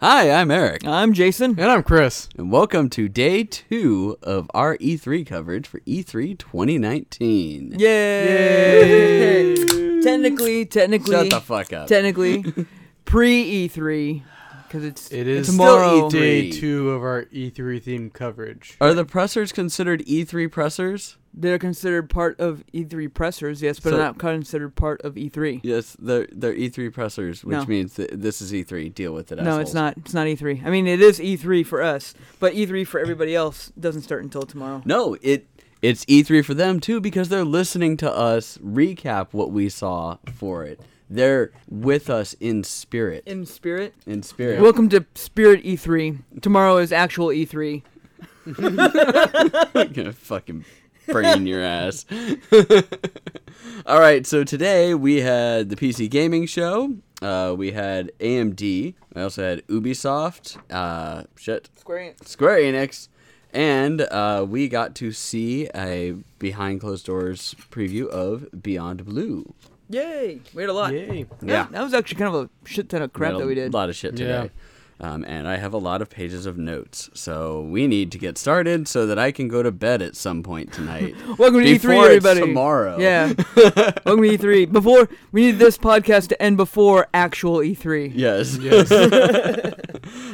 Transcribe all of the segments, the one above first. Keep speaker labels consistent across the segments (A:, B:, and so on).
A: Hi, I'm Eric,
B: I'm Jason.
C: And I'm Chris.
A: and welcome to day two of our E3 coverage for E E3 2019.
B: Yay! technically, technically,
A: Shut the fuck up.
B: technically, pre E3 because it's E
C: It is
B: tomorrow.
A: still
C: day
A: E3.
C: two of our E3 themed coverage.
A: Are the pressers considered E3 pressers?
B: They're considered part of E3 pressers, yes, but
A: So-
B: not considered part of E E3.
A: Yes, they're, they're E3 pressers, which
B: No.
A: means th- this is E3. Deal with it,
B: No,
A: assholes.
B: it's not. It's not E3. I mean, it is E3 for us, but E3 for everybody else doesn't start until tomorrow.
A: No, it it's E3 for them too because they're listening to us recap what we saw for it. They're with us in spirit.
B: In spirit.
A: In spirit.
B: Welcome to Spirit E3. Tomorrow is actual E E3.
A: I'm gonna fucking brain your ass. All right, so today we had the PC gaming show. Uh, we had AMD. I also had Ubisoft. Uh, shit,
B: Square
A: Square Enix, and uh, we got to see a behind closed doors preview of Beyond Blue.
B: Yay! We had a lot.
C: Yay.
A: Yeah.
B: That was actually kind of a shit ton of crap
A: had
B: that we did.
A: A lot of shit today. Um, and I have a lot of pages of notes, so we need to get started so that I can go to bed at some point tonight.
B: Welcome to
A: Before
B: E3,
A: it's
B: everybody.
A: tomorrow.
B: Yeah. Welcome to E3. Before we need this podcast to end before actual E E3.
A: Yes.
C: Yes.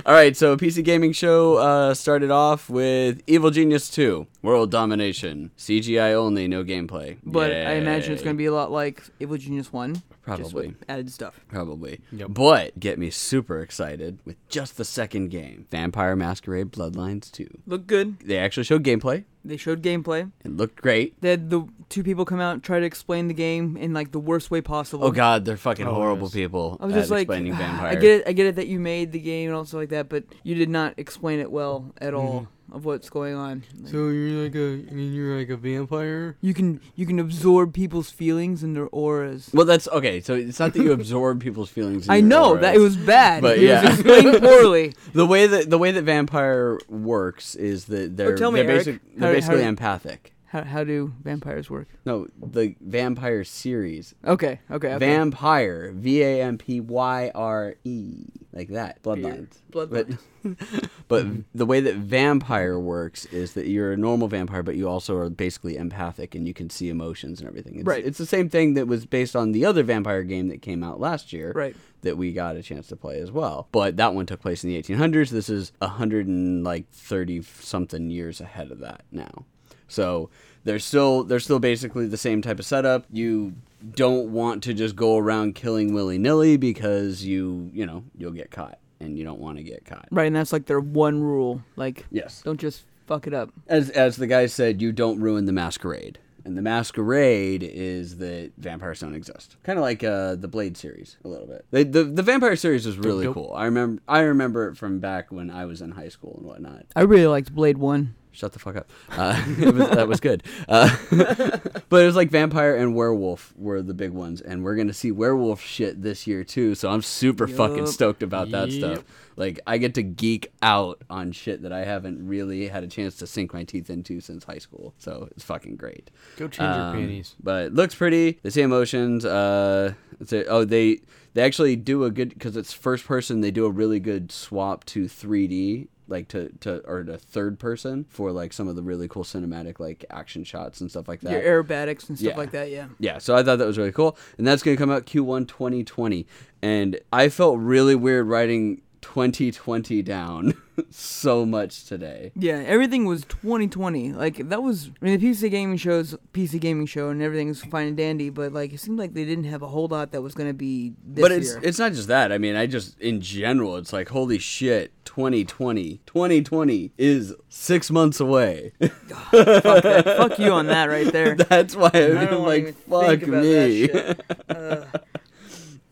A: All right. So PC gaming show uh, started off with Evil Genius Two: World Domination, CGI only, no gameplay.
B: But I imagine it's
A: Yay.
B: going to be a lot like Evil Genius One. Just
A: Probably.
B: with added stuff.
A: Probably.
C: Yep.
A: But get me super excited with just the second game Vampire Masquerade Bloodlines 2.
B: Looked good.
A: They actually showed gameplay.
B: They showed gameplay.
A: It looked great.
B: They had the two people come out and try to explain the game in like the worst way possible.
A: Oh, God, they're fucking
C: Oh,
A: horrible
C: yes.
A: people.
B: I was
A: at
B: just like,
A: explaining vampires.
B: I get it. I get it that you made the game and all stuff like that, but you did not explain it well at all of what's going on. Like,
C: Mm-hmm. So you're like a I mean you're like a vampire?
B: you can you can absorb people's feelings and their auras.
A: Well, that's okay. So it's not that you absorb people's feelings. in
B: I
A: your
B: know
A: auras.
B: that it was bad.
A: But
B: it
A: yeah.
B: was explained poorly.
A: the way that the way that vampire works is that they're
B: Oh, tell me,
A: they're,
B: Eric.
A: basic-
B: How-
A: they're basically
B: how-
A: empathic.
B: How, how do vampires work?
A: No, the vampire series
B: Okay, okay, okay.
A: Vampire, V A M P Y R E, like that. Bloodlines.
B: Bloodlines.
A: But, but the way that vampire works is that you're a normal vampire, but you also are basically empathic and you can see emotions and everything. It's,
B: Right.
A: It's the same thing that was based on the other vampire game that came out last year.
B: Right.
A: That we got a chance to play as well, but that one took place in the 1800s. This is 100 and like 30 something years ahead of that now. So they're still they're still basically the same type of setup. You don't want to just go around killing willy nilly because you you know you'll get caught and you don't want to get caught.
B: right, and that's like their one rule. Like,
A: Yes.
B: don't just fuck it up.
A: As as the guy said, you don't ruin the masquerade. And the masquerade is that vampires don't exist. Kind of like uh, the Blade series, a little bit. The, the the vampire series was really
C: dope.
A: cool. I remember I remember it from back when I was in high school and whatnot.
B: I really liked Blade One.
A: Shut the fuck up. Uh, it was, that was good. Uh, but it was like vampire and werewolf were the big ones, and we're gonna see werewolf shit this year too. So I'm super fucking
B: Yup.
A: stoked about that stuff.
C: Yep.
A: Like I get to geek out on shit that I haven't really had a chance to sink my teeth into since high school. So it's fucking great.
C: Go change
A: Um,
C: your panties.
A: But it looks pretty. They see emotions. Uh, it's a- oh, they they actually do a good because it's first person. They do a really good swap to 3D, like to to or to third person for like some of the really cool cinematic like action shots and stuff like that.
B: Your aerobatics and stuff
A: Yeah.
B: like that. Yeah.
A: Yeah, so I thought that was really cool. And that's going to come out Q1 2020. And I felt really weird writing 2020 down so much today.
B: Yeah, everything was 2020. Like that was, I mean, the PC gaming shows, PC gaming show, and everything's fine and dandy. But like, it seemed like they didn't have a whole lot that was gonna be this
A: but it's
B: year.
A: it's not just that. I mean, I just in general, it's like holy shit, 2020. 2020 is 6 months away.
B: fuck, that- fuck you on that right there.
A: that's why
B: I
A: I'm
B: don't wanna even
A: like
B: think
A: fuck
B: about that
A: me.
B: shit.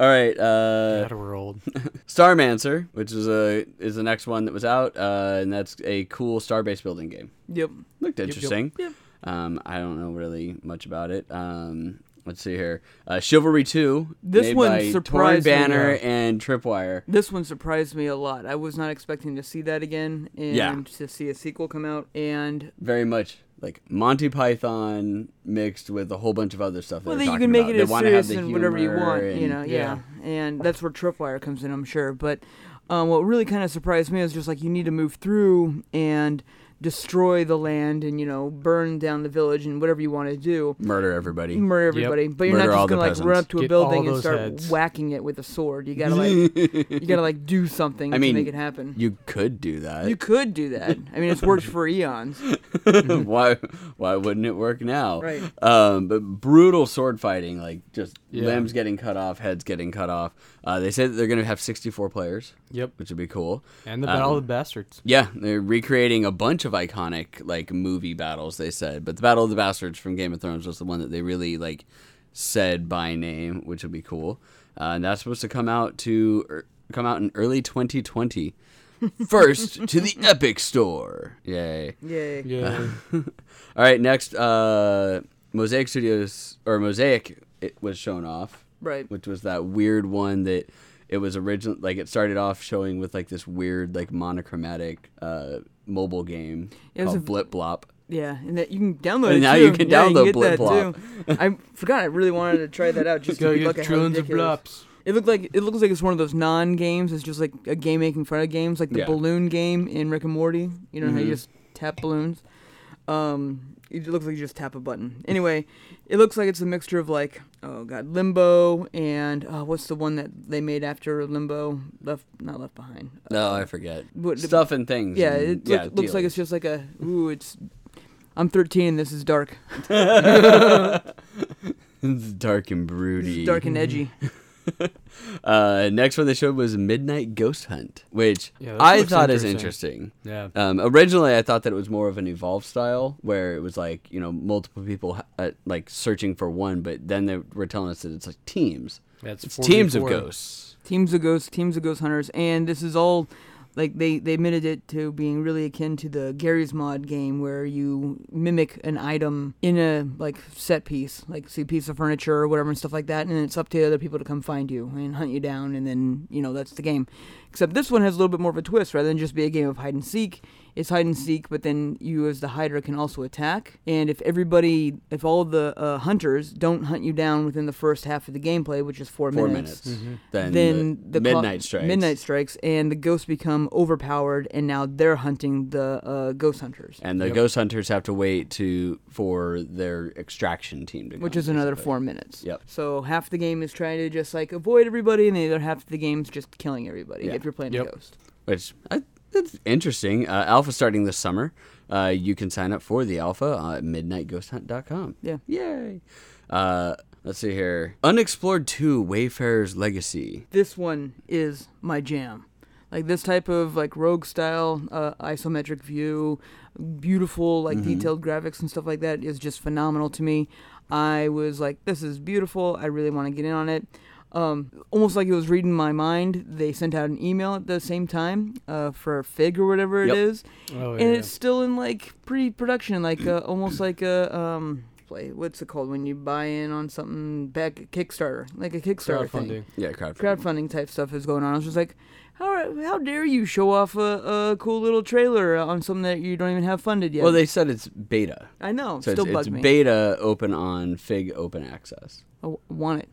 A: All right, uh
C: God, we're old.
A: Starmancer, which is a is the next one that was out uh and that's a cool star-based building game.
B: Yep.
A: Looked
C: yep.
A: interesting.
B: Yep.
A: Um, I don't know really much about it. Um, Let's see here. Uh, Chivalry 2.
B: This
A: made
B: one
A: by Torn
B: surprised me.
A: Banner and Tripwire.
B: This one surprised me a lot. I was not expecting to see that again and
A: Yeah.
B: to see a sequel come out. And
A: Very much like Monty Python mixed with a whole bunch of other stuff. that
B: well,
A: they're
B: then you
A: talking
B: can make
A: about.
B: it
A: They
B: as
A: wanna have
B: serious
A: the
B: and whatever you
A: humor
B: want, you
A: and-
B: know, yeah. And that's where Tripwire comes in, I'm sure. But um, what really kind of surprised me is just like you need to move through and destroy the land and, you know, burn down the village and whatever you want to do.
A: Murder everybody.
B: murder everybody, but you're
A: Murder
B: not
A: all
B: just
A: the
B: gonna like run
A: peasants.
B: up to a
C: Get all
B: building and
C: those
B: start
C: heads.
B: whacking it with a sword. You gotta like you gotta like do something
A: I mean,
B: to make it happen.
A: You could do that.
B: You could do that. I mean, it's worked for eons.
A: why why wouldn't it work now?
B: Right.
A: Um, but brutal sword fighting, like just
C: Yeah.
A: limbs getting cut off, heads getting cut off. Uh, they said that they're going to have 64 players,
C: Yep.
A: which would be cool.
C: And the
A: Um,
C: Battle of the Bastards.
A: Yeah, they're recreating a bunch of iconic like movie battles. They said, but the Battle of the Bastards from Game of Thrones was the one that they really like said by name, which would be cool. Uh, and that's supposed to come out to er, come out in early 2020. First to the Epic Store. Yay!
B: Yay!
C: Yeah.
A: All right, next, uh, Mosaic Studios or Mosaic it was shown off,
B: Right.
A: which was that weird one that it was original. Like it started off showing with like this weird like monochromatic uh, mobile game
B: It was
A: called
B: a-
A: Blip Blop.
B: Yeah, and that you can download it
A: And now
B: too.
A: you can
B: Yeah,
A: download
B: get that
A: Blip
B: too. I forgot. I really wanted to try that out just
C: Go
B: to look
C: get
B: at how
C: trillions of
B: ridiculous.
C: blops.
B: It looked like it looks like it's one of those non games. It's just like a game making fun of games, like the
A: Yeah. Mm-hmm.
B: balloon game in Rick and Morty. You know how you just tap balloons. Um, it looks like you just tap a button. Anyway, it looks like it's a mixture of like oh god, Limbo and uh, what's the one that they made after Limbo? Left, not Left Behind. Uh,
A: No, I forget
B: what-
A: stuff and things.
B: Yeah,
A: and-
B: it look- looks like
A: deals.
B: it's just like a ooh, it's. I'm 13 and this is dark.
A: It's dark and
B: This
A: broody.
B: is dark and edgy.
A: Uh, next one they showed was Midnight Ghost Hunt, which
C: Yeah, this
A: I
C: looks
A: thought is
C: interesting.
A: interesting.
C: Yeah.
A: Um, originally, I thought that it was more of an evolve style where it was like you know multiple people uh, like searching for one, but then they were telling us that it's like teams.
C: That's
A: It's teams of
C: 44.
A: ghosts.
B: teams of ghosts, teams of ghost hunters, and this is all like they they admitted it to being really akin to the Gary's Mod game where you mimic an item in a like set piece, like see a piece of furniture or whatever and stuff like that, and it's up to other people to come find you and hunt you down, and then you know that's the game. Except this one has a little bit more of a twist, rather than just be a game of hide and seek. It's hide and seek, but then you as the hider can also attack. And if everybody, if all the uh, hunters don't hunt you down within the first half of the gameplay, which is four,
A: Four minutes. Then,
B: then
A: the,
B: the, clo-
A: midnight strikes.
B: Midnight strikes, and the ghosts become overpowered, and now they're hunting the uh, ghost hunters,
A: And the
C: Yep.
A: ghost hunters have to wait to for their extraction team to come.
B: which is another
A: basically.
B: four minutes.
A: Yep.
B: So half the game is trying to just like avoid everybody, and the other half of the game's just killing everybody
A: Yeah.
B: if you're playing
C: Yep.
B: a ghost.
A: Which I, that's interesting. Uh, alpha starting this summer. Uh, you can sign up for the alpha uh, at midnightghosthunt.com.
B: Yeah.
A: Yay. Uh, let's see here. Unexplored Two: Wayfarer's Legacy.
B: This one is my jam. Like this type of like rogue style uh, isometric view, beautiful like detailed graphics and stuff like that is just phenomenal to me. I was like, this is beautiful. I really want to get in on it. um, almost like it was reading my mind. They sent out an email at the same time uh, for Fig or whatever
A: Yep.
B: it is,
C: Oh, yeah.
B: and it's still in like pre-production, like uh, almost like a um, play. What's it called when you buy in on something back Kickstarter, like a Kickstarter thing.
C: crowdfunding.
A: Yeah, crowdfunding.
B: Crowdfunding type stuff is going on. I was just like, how how dare you show off a, a cool little trailer on something that you don't even have funded yet?
A: Well, they said it's beta.
B: I know,
A: So
B: still
A: it's, it's
B: bugged me.
A: beta open on Fig open access.
B: I w- want it.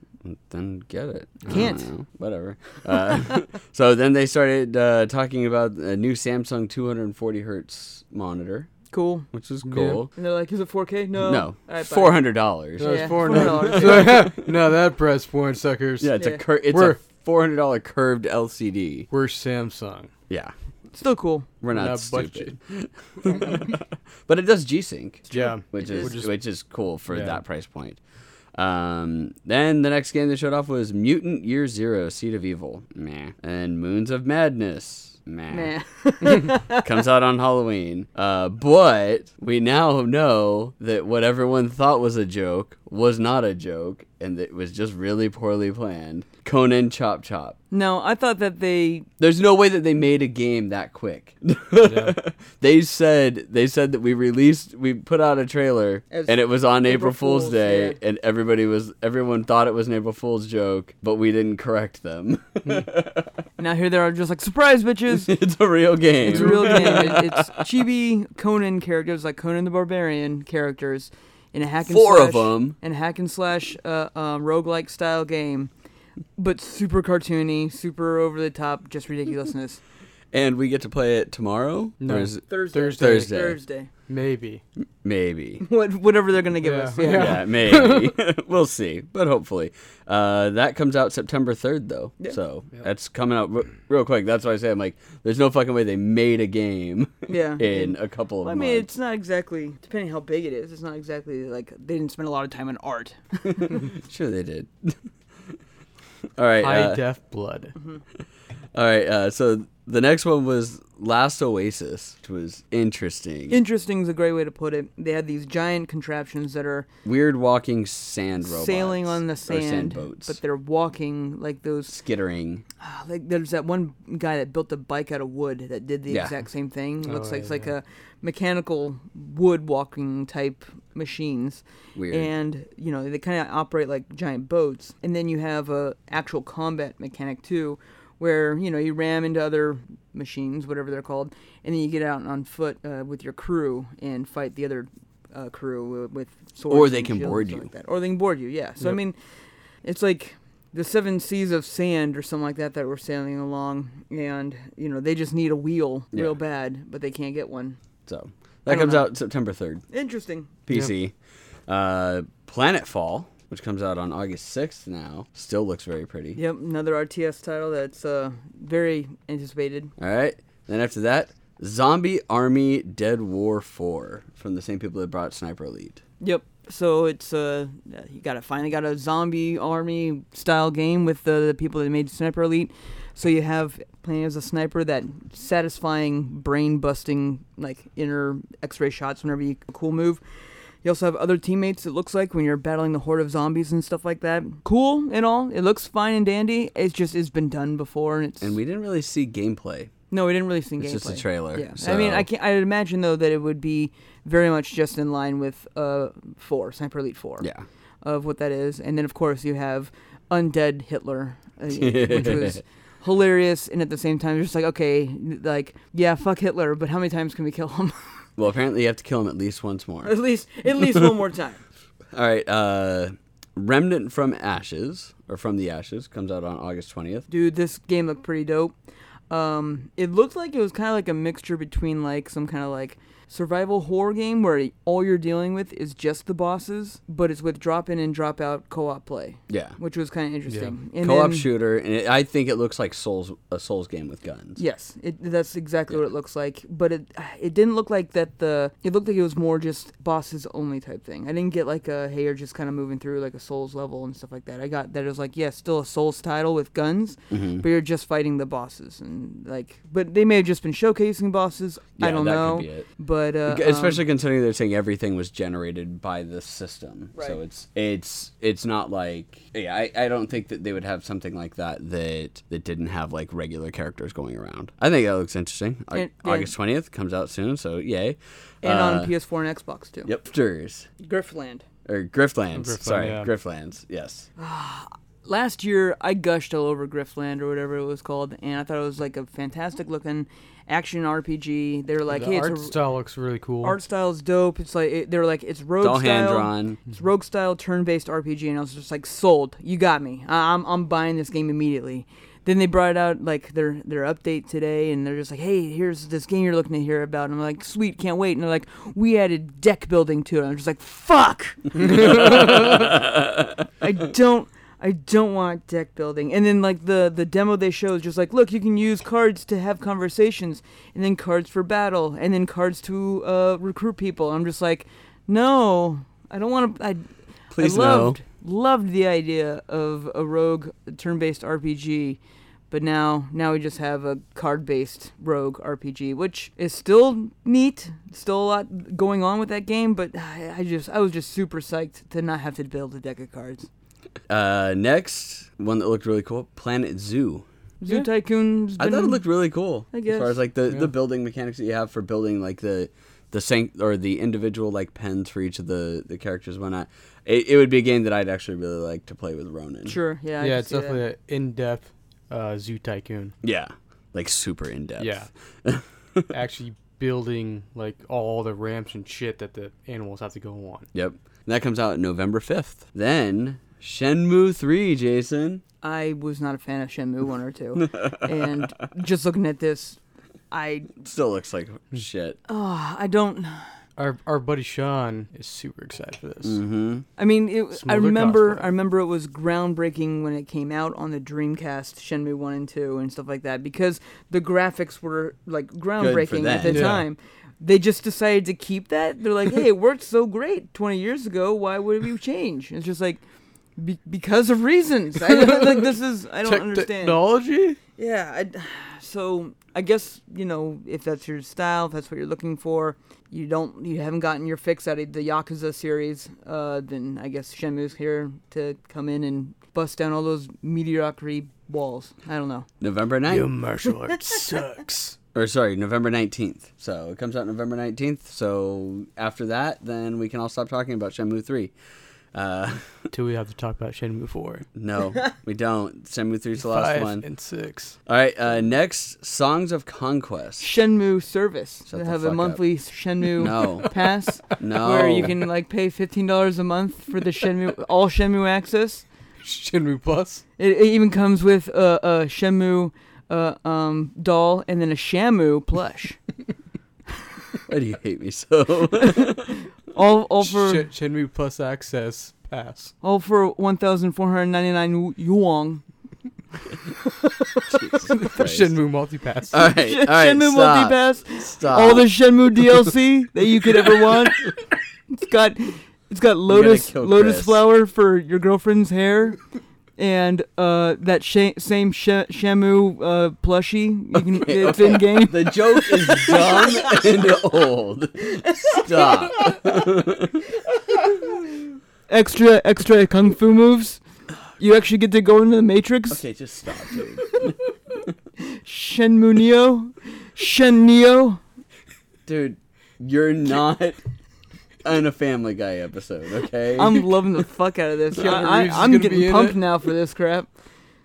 A: Then get it. I don't
B: Can't.
A: know. Whatever. Uh, so then they started uh, talking about a new Samsung 240 hertz monitor,
B: Cool.
A: which is
C: Yeah.
A: cool.
B: And they're like, is it 4K? No.
A: No,
B: All right, bye.
A: four hundred dollars.
C: No, it's
B: Yeah,
C: four
B: $4.
C: now. no, that price point suckers.
A: Yeah, it's
B: Yeah.
A: a cur- it's
C: We're-
A: a four hundred dollar curved LCD.
C: We're Samsung.
A: Yeah,
B: Still cool.
A: we're not,
C: Not
A: stupid, but it does G Sync.
C: Yeah.
A: which
B: It
A: is
C: is.
A: which is cool for
C: Yeah.
A: that price point. Um, then the next game they showed off was Mutant Year Zero: Seed of Evil, meh, and Moons of Madness, meh.
B: Nah.
A: Comes out on Halloween. Uh, but we now know that what everyone thought was a joke was not a joke and it was just really poorly planned. Conan Chop Chop.
B: No, I thought that they
A: There's no way that they made a game that quick. they said they said that we released we put out a trailer
B: As-
A: and it was on April,
B: April
A: Fool's,
B: Fool's,
A: Day
B: yeah.
A: and everybody was everyone thought it was an April Fool's joke, but we didn't correct them.
B: now here they are just like surprise bitches.
A: it's a real game.
B: It's a real game. It- it's chibi Conan characters, like Conan the Barbarian characters, in a hack and
A: Four of
B: slash,
A: 'em.
B: and hack and slash uh, um, roguelike style game, but super cartoony, super over the top, just ridiculousness.
A: and we get to play it tomorrow?
C: No.
A: Or is it
B: Thursday.
C: Thursday.
A: Thursday.
B: Thursday.
C: Maybe.
A: maybe.
B: What, whatever they're gonna give
C: Yeah.
B: us. Yeah.
C: Yeah.
A: yeah, maybe. we'll see, but hopefully. Uh, that comes out September 3rd, though. So that's coming out r- real quick. That's why I say I'm like, there's no fucking way they made a game
B: Yeah.
A: in a couple of
B: I
A: months.
B: mean, it's not exactly depending how big it is. It's not exactly like they didn't spend a lot of time on art.
A: sure, they did. All right.
C: High
A: uh,
C: def blood.
A: all right. Uh, so the next one was Last Oasis, which was interesting.
B: Interesting is a great way to put it. They had these giant contraptions that are
A: Weird walking sand robots.
B: sailing on
A: or
B: the sand,
A: boats.
B: but they're walking like those.
A: skittering.
B: ah, Like there's that one guy that built a bike out of wood that did the
A: Yeah.
B: exact same thing. Looks like
C: yeah,
B: it's like a mechanical wood walking type machines.
A: Weird.
B: And you know they kind of operate like giant boats. And then you have a actual combat mechanic too, where you know you ram into other machines, whatever they're called, and then you get out on foot uh, with your crew and fight the other uh, crew with swords.
A: Or they
B: and
A: can
B: shields and
A: board
B: stuff
A: you.
B: like that. Or they can board you. Yeah. So I mean, it's like the seven seas of sand or something like that that we're sailing along, and you know they just need a wheel
A: Yeah.
B: real bad, but they can't get one.
A: So that
B: I don't
A: comes
B: know.
A: out September 3rd.
B: Interesting.
A: PC. Uh, Planetfall, which comes out on August 6th now, still looks very pretty.
B: Yep, another RTS title that's uh, very anticipated.
A: All right. Then after that, Zombie Army Dead War 4 from the same people that brought Sniper Elite.
B: Yep. So it's uh, you got to finally got a zombie army style game with the, the people that made Sniper Elite. So you have playing as a sniper that satisfying brain busting like inner X-ray shots whenever you cool move. You also have other teammates. It looks like when you're battling the horde of zombies and stuff like that. Cool and all. It looks fine and dandy. It's just it's been done before and it's
A: And we didn't really see gameplay.
B: No, we didn't really see gameplay.
A: It's just a trailer,
B: Yeah, I mean,
A: so-
B: I can I imagine though that it would be very much just in line with uh four Sniper Elite Four.
A: Yeah.
B: Of what that is, and then of course you have Undead Hitler, uh, which was hilarious, and at the same time just like okay, like yeah, fuck Hitler, but how many times can we kill him?
A: Well, apparently you have to kill him at least once more.
B: at least at least one more time.
A: All right. Uh, Remnant from Ashes, or From the Ashes, comes out on August 20th.
B: Dude, this game looked pretty dope. Um, it looked like it was kind of like a mixture between like some kind of like survival horror game where all you're dealing with is just the bosses, but it's with drop in and drop out co-op play,
A: Yeah.
B: which was kind of interesting. And
A: Co op
B: then-
A: shooter, and it, I think it looks like Souls a Souls game with guns.
B: Yes, it, that's exactly what it looks like. But it it didn't look like that. The it looked like it was more just bosses only type thing. I didn't get like a hey, you're just kind of moving through like a Souls level and stuff like that. I got that it was like yeah, still a Souls title with guns,
A: Mm-hmm.
B: but you're just fighting the bosses and like. But they may have just been showcasing bosses.
A: Yeah,
B: I don't
A: that could
B: know.
A: be it.
B: But uh, um,
A: especially considering they're saying everything was generated by the system so
B: Right.
A: it's it's it's not like yeah I, I don't think that they would have something like that that that didn't have like regular characters going around i think that looks interesting Au-
B: And- and-
A: august 20th comes out soon so yay
B: and
A: Uh,
B: on PS4 and Xbox too.
A: yep Grifters,
B: Griftland.
A: or griftlands
C: Griftland,
A: sorry
C: yeah.
A: griftlands yes
B: last year I gushed all over Griffland or whatever it was called, and I thought it was like a fantastic looking action RPG. They were like,
C: the
B: hey,
C: art
B: it's a,
C: style looks really cool.
B: art style's dope. It's like it, they were like, it's rogue
A: it's all hand
B: style,
A: drawn
B: it's rogue style turn based RPG, and I was just like, sold. You got me. I- I'm I'm buying this game immediately. Then they brought out like their their update today, and they're just like, "Hey, here's this game you're looking to hear about." And I'm like, "Sweet, can't wait." And they're like, "We added deck building to it." And I'm just like, "Fuck." I don't I don't want deck building. And then like the the demo they show is just like, look, you can use cards to have conversations, and then cards for battle, and then cards to uh, recruit people. I'm just like, no, I don't want to. I
A: Please
B: I
A: no.
B: loved loved the idea of a rogue turn-based RPG. But now, now we just have a card-based rogue RPG, which is still neat. Still a lot going on with that game, but I, I just, I was just super psyched to not have to build a deck of cards.
A: Uh, next one that looked really cool, Planet Zoo.
B: Zoo
C: Yeah.
B: Tycoon's
A: I
B: been-
A: thought it looked really cool.
B: Mm. I
A: as far as
B: guess.
A: like the,
C: Yeah.
A: the building mechanics that you have for building like the the sanct or the individual like pens for each of the the characters, and whatnot. It, it would be a game that I'd actually really like to play with Ronan.
B: sure. Yeah, I
C: yeah,
B: can
C: it's
B: see that.
C: definitely an in-depth uh, zoo tycoon.
A: Yeah, like super in depth.
C: Yeah, actually building like all the ramps and shit that the animals have to go on.
A: Yep. And that comes out November fifth. Then Shenmue three, Jason.
B: I was not a fan of Shenmue one or two, and just looking at this, I
A: Still looks like shit.
B: oh, I don't.
C: Our our buddy Sean is super excited for this.
A: Mm-hmm.
B: I mean, it, I
C: Smaller
B: remember.
C: cosplay.
B: I remember it was groundbreaking when it came out on the Dreamcast, Shenmue One and Two, and stuff like that, because the graphics were like groundbreaking at
A: then.
B: the
C: Yeah.
B: time. They just decided to keep that. They're like, "Hey, it worked so great 20 years ago. Why would we change?" It's just like be- because of reasons. I, like this is I don't
C: Tech-
B: understand.
C: Technology?
B: Yeah, I, so I guess you know if that's your style, if that's what you're looking for, you don't, you haven't gotten your fix out of the Yakuza series, uh, then I guess Shenmue's here to come in and bust down all those mediocrity walls. I don't know.
A: November 9th.
C: Your martial arts sucks.
A: or sorry, November 19th. So it comes out November 19th. So after that, then we can all stop talking about Shenmue 3. Uh,
C: Till we have to talk about Shenmue four,
A: no, we don't. Shenmue 3 is the last
C: five,
A: one.
C: and six.
A: All right, uh, next, Songs of Conquest.
B: Shenmue service.
A: Shut
B: they
A: the
B: have
A: fuck
B: a
A: up.
B: monthly Shenmue
A: No,
B: pass
A: no.
B: where you can like pay fifteen dollars a month for the Shenmue all Shenmue access.
C: Shenmue plus.
B: It, it even comes with a, a Shenmue uh, um, doll and then a Shamu plush.
A: Why do you hate me so?
B: all, all for
C: Sh- Shenmue plus access pass.
B: all for one thousand four hundred ninety nine yuan.
A: Jesus Christ.
C: Shenmue multi pass.
A: All right, all right,
B: Shenmue
A: stop,
B: Multipass,
A: stop.
B: all the Shenmue DLC that you could ever want. It's got it's got lotus
A: kill
B: lotus
A: Chris.
B: flower for your girlfriend's hair, and uh, that sha- same sh- Shamu uh, plushie. You can it's in game.
A: the joke is dumb and old. Stop.
B: Extra extra kung fu moves. You actually get to go into the Matrix.
A: Okay, just stop, dude.
B: Shenmue Neo, Shen Neo.
A: Dude, you're not on a Family Guy episode, okay?
B: I'm loving the fuck out of this.
C: Keanu
B: I,
C: Reeves is
B: am
C: gonna be
B: getting
C: in
B: pumped
C: it.
B: now for this crap.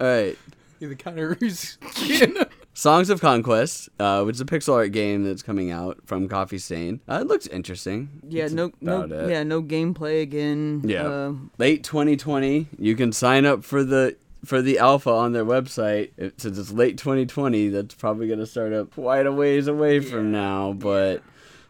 A: All right.
C: The kind of reason.
A: Songs of Conquest, uh, which is a pixel art game that's coming out from Coffee Stain. Uh, it looks interesting.
B: Yeah,
A: That's
B: no, no,
A: about it.
B: yeah, no gameplay again.
A: Yeah.
B: Uh,
A: Late 2020, you can sign up for the for the alpha on their website. It, since it's late 2020, that's probably going to start up quite a ways away from now, but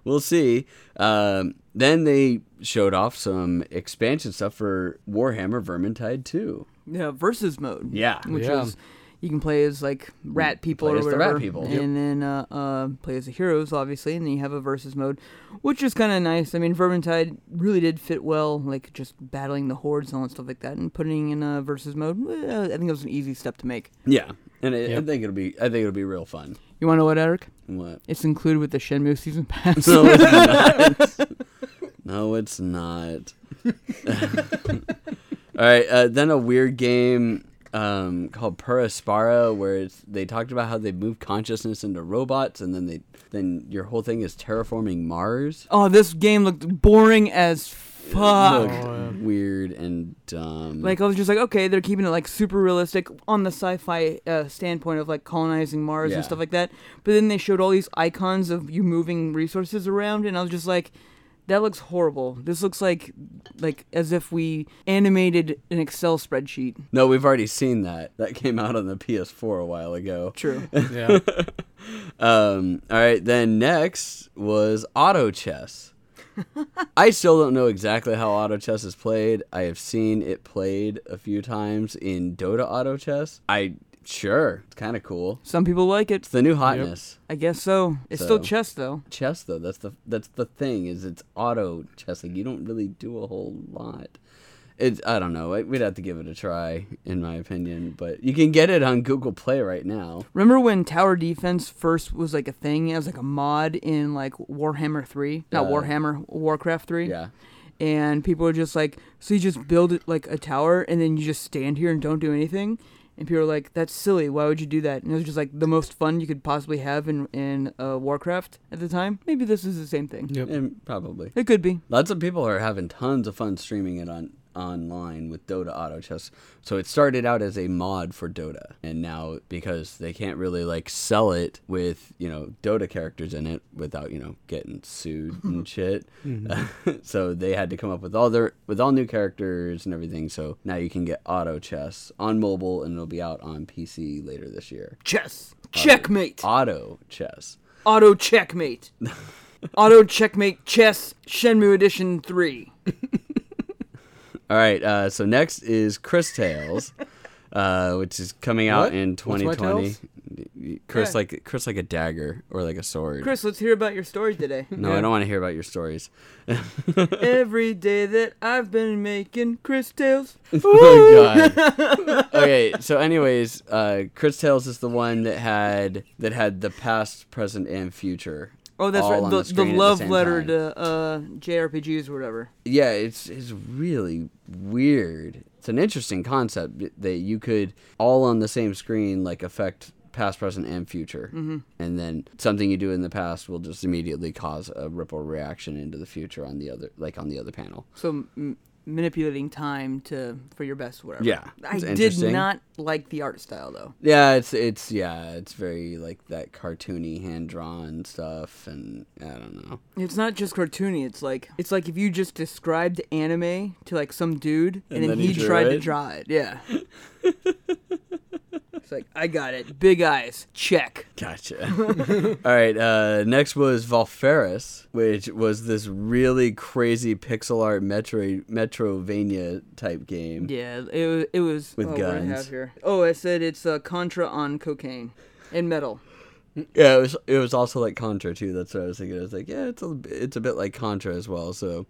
A: we'll see. Um, then they showed off some expansion stuff for Warhammer Vermintide 2.
B: yeah, versus mode.
A: Yeah.
B: Which
C: Yeah.
B: is you can play as like rat people
A: play
B: or
A: as the
B: whatever,
A: rat people.
B: and
A: Yep.
B: then uh, uh, play as the heroes, obviously, and then you have a versus mode, which is kind of nice. I mean, Vermintide really did fit well, like just battling the hordes and all that stuff like that, and putting in a versus mode. well, I think it was an easy step to make.
A: Yeah. And it, I
C: Yep.
A: think it'll be I think it'll be real fun.
B: You want to know what, Eric?
A: What?
B: It's included with the Shenmue season pass.
A: No, it's not. no, it's not. All right. Uh, then a weird game um, called Puraspara, where it's, they talked about how they move consciousness into robots, and then they then your whole thing is terraforming Mars.
B: Oh, this game looked boring as fuck.
A: Looked
C: Oh, yeah.
A: weird and dumb.
B: Like I was just like, okay, they're keeping it like super realistic on the sci-fi uh, standpoint of like colonizing Mars
A: Yeah.
B: and stuff like that. But then they showed all these icons of you moving resources around, and I was just like, that looks horrible. This looks like like as if we animated an Excel spreadsheet.
A: no, we've already seen that. That came out on the PS4 a while ago.
B: True.
C: yeah.
A: Um, all right, then next was auto chess. I still don't know exactly how auto chess is played. I have seen it played a few times in Dota auto chess. I sure it's kind of cool.
B: Some people like it.
A: It's the new hotness.
B: I guess so. It's still
A: So.
B: chess though.
A: Chess though, that's the that's the thing is it's auto chess. Like you don't really do a whole lot It's I don't know. I- We'd have to give it a try, in my opinion. But you can get it on Google Play right now.
B: Remember when tower defense first was like a thing? It was like a mod in like Warhammer 3, not
A: Uh,
B: Warhammer, Warcraft 3.
A: Yeah.
B: And people are just like, so you just build it like a tower and then you just stand here and don't do anything. And people are like, that's silly. Why would you do that? And it was just like the most fun you could possibly have in in uh, Warcraft at the time. Maybe this is the same thing.
C: Yep.
A: And probably.
B: It could be.
A: Lots of people are having tons of fun streaming it on online with Dota Auto Chess. So it started out as a mod for Dota, and now because they can't really like sell it with you know Dota characters in it without you know getting sued and shit, so they had to come up with all their with all new characters and everything. So now you can get Auto Chess on mobile, and it'll be out on PC later this year.
B: Chess. Checkmate.
A: Auto Chess.
B: Auto checkmate. Auto checkmate chess Shenmue Edition 3.
A: All right. Uh, so next is Chris Tales, uh, which is coming out
C: What?
A: in
C: What's my
A: 2020. Chris
B: Yeah.
A: like Chris like a dagger or like a sword.
B: Chris, let's hear about your story today.
A: no, I don't want to hear about your stories.
B: Every day that I've been making Chris Tales.
A: oh god. okay. So, anyways, uh, Chris Tales is the one that had that had the past, present, and future.
B: Oh, that's
A: all
B: right.
A: on
B: The, the,
A: screen at
B: love
A: same
B: letter
A: time.
B: to uh, JRPGs or whatever.
A: yeah, it's it's really weird. It's an interesting concept b- that you could all on the same screen like affect past, present, and future, mm-hmm. and then something you do in the past will just immediately cause a ripple reaction into the future on the other like on the other panel.
B: So m- manipulating time to for your best, whatever.
A: Yeah,
B: I
A: it's
B: did
A: interesting.
B: not like the art style though.
A: Yeah, it's it's yeah, it's very like that cartoony, hand drawn stuff, and I don't know.
B: It's not just cartoony. It's like it's like if you just described anime to like some dude and, then,
A: then
B: he,
A: he drew
B: tried to
A: it?
B: draw it. Yeah. it's like I got it. Big eyes. Check.
A: Gotcha. All right. Uh, next was Volferis, which was this really crazy pixel art Metro Metrovania type game.
B: Yeah. It was. It was
A: With
B: oh, what do I have
A: guns.
B: here? Oh, I said it's uh, Contra on cocaine and metal.
A: Yeah, it was. It was also like Contra too. That's what I was thinking. I was like, yeah, it's a it's a bit like Contra as well. So,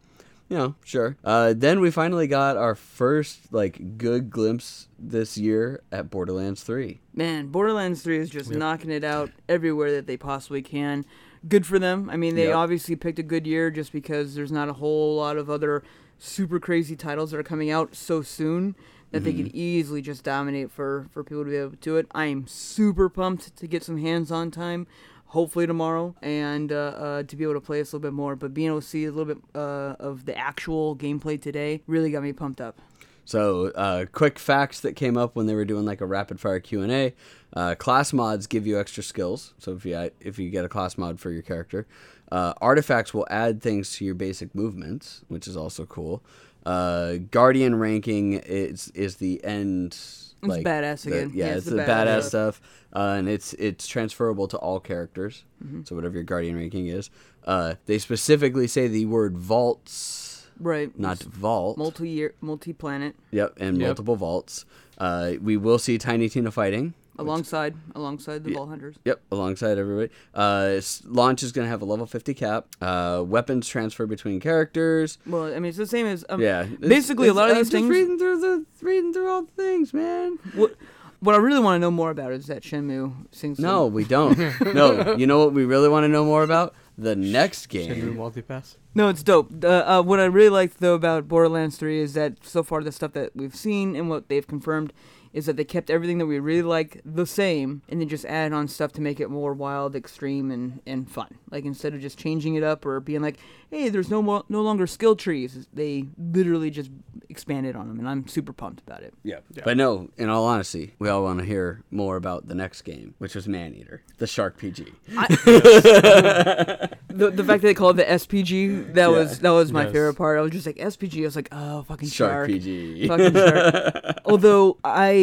A: you know, sure. Uh, then we finally got our first like good glimpse this year at Borderlands Three.
B: Man, Borderlands 3 is just knocking it out everywhere that they possibly can. Good for them. I mean, they
A: Yep.
B: obviously picked a good year just because there's not a whole lot of other super crazy titles that are coming out so soon that they
A: Mm-hmm.
B: could easily just dominate for, for people to be able to do it. I am super pumped to get some hands on time, hopefully tomorrow, and uh, uh, to be able to play this a little bit more. But being able to see a little bit uh, of the actual gameplay today really got me pumped up.
A: So, uh, quick facts that came up when they were doing like a rapid fire Q and A. Uh, class mods give you extra skills. So if you if you get a class mod for your character, uh, artifacts will add things to your basic movements, which is also cool. Uh, Guardian ranking is is the end. like,
B: badass
A: the-
B: again.
A: Yeah, it's, the, badass, stuff, uh, and it's it's transferable to all characters. So whatever your guardian ranking is, uh, they specifically say the word vaults,
B: Right.
A: not vault.
B: multi year, multi planet.
A: Yep, and
C: Yep.
A: multiple vaults. Uh, we will see Tiny Tina fighting.
B: alongside alongside the ball hunters.
A: Yep, alongside everybody. Uh, s- launch is going to have a level 50 cap. Uh, weapons transfer between characters.
B: Well, I mean, it's the same as um,
A: Yeah. it's-
B: Basically, a
A: it's-
B: lot of
A: I'm
B: these
A: just
B: things.
A: Reading through, the, reading through all the things, man.
B: What, what I really want to know more about is that Shenmue sings.
A: No, we don't. no, you know what we really want to know more about? The next
C: Shenmue
A: game.
C: multipass.
B: no, it's dope. Uh, uh, what I really liked though about Borderlands Three is that so far the stuff that we've seen and what they've confirmed is that they kept everything that we really like the same, and then just added on stuff to make it more wild, extreme, and and fun. Like instead of just changing it up or being like, hey, there's no more no longer skill trees, they literally just expanded on them, and I'm super pumped about it.
A: Yeah. But no, in all honesty, we all want to hear more about the next game, which was Maneater, the Shark PG.
B: the, the fact that they called it the SPG that was that was my
C: Yes.
B: favorite part. I was just like SPG. I was like, oh fucking
A: Shark
B: shark,
A: PG.
B: fucking shark. Although I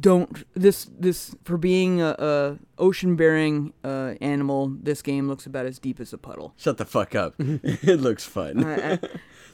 B: don't this this for being a, a ocean bearing uh, animal, this game looks about as deep as a puddle.
A: Shut the fuck up. it looks fun.
B: I- I-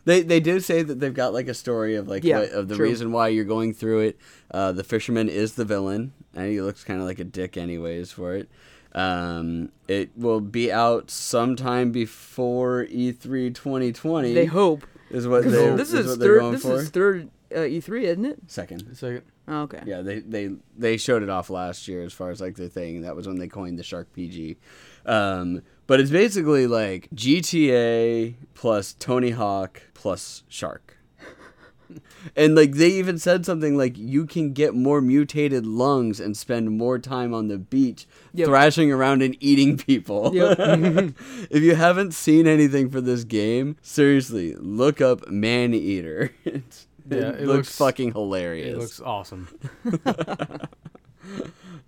A: They they do say that they've got like a story of like
B: Yeah,
A: what, of the
B: true.
A: reason why you're going through it. Uh, the fisherman is the villain, and he looks kind of like a dick anyways for it. Um, it will be out sometime before E E3 2020.
B: they hope
A: is what
B: 'Cause
A: they
B: this
A: is,
B: is
A: what they're
B: third
A: going
B: this
A: for.
B: is third uh, E3, isn't it?
A: Second.
C: Second.
B: Oh, okay.
A: Yeah, they, they they showed it off last year as far as like the thing. That was when they coined the Shark PG. Um, but it's basically like GTA plus Tony Hawk plus Shark. And like they even said something like you can get more mutated lungs and spend more time on the beach
B: Yep.
A: thrashing around and eating people.
B: Yep.
A: if you haven't seen anything for this game, seriously, look up Man Eater. it
C: Yeah,
A: looks,
C: it looks-
A: fucking hilarious.
C: It looks awesome.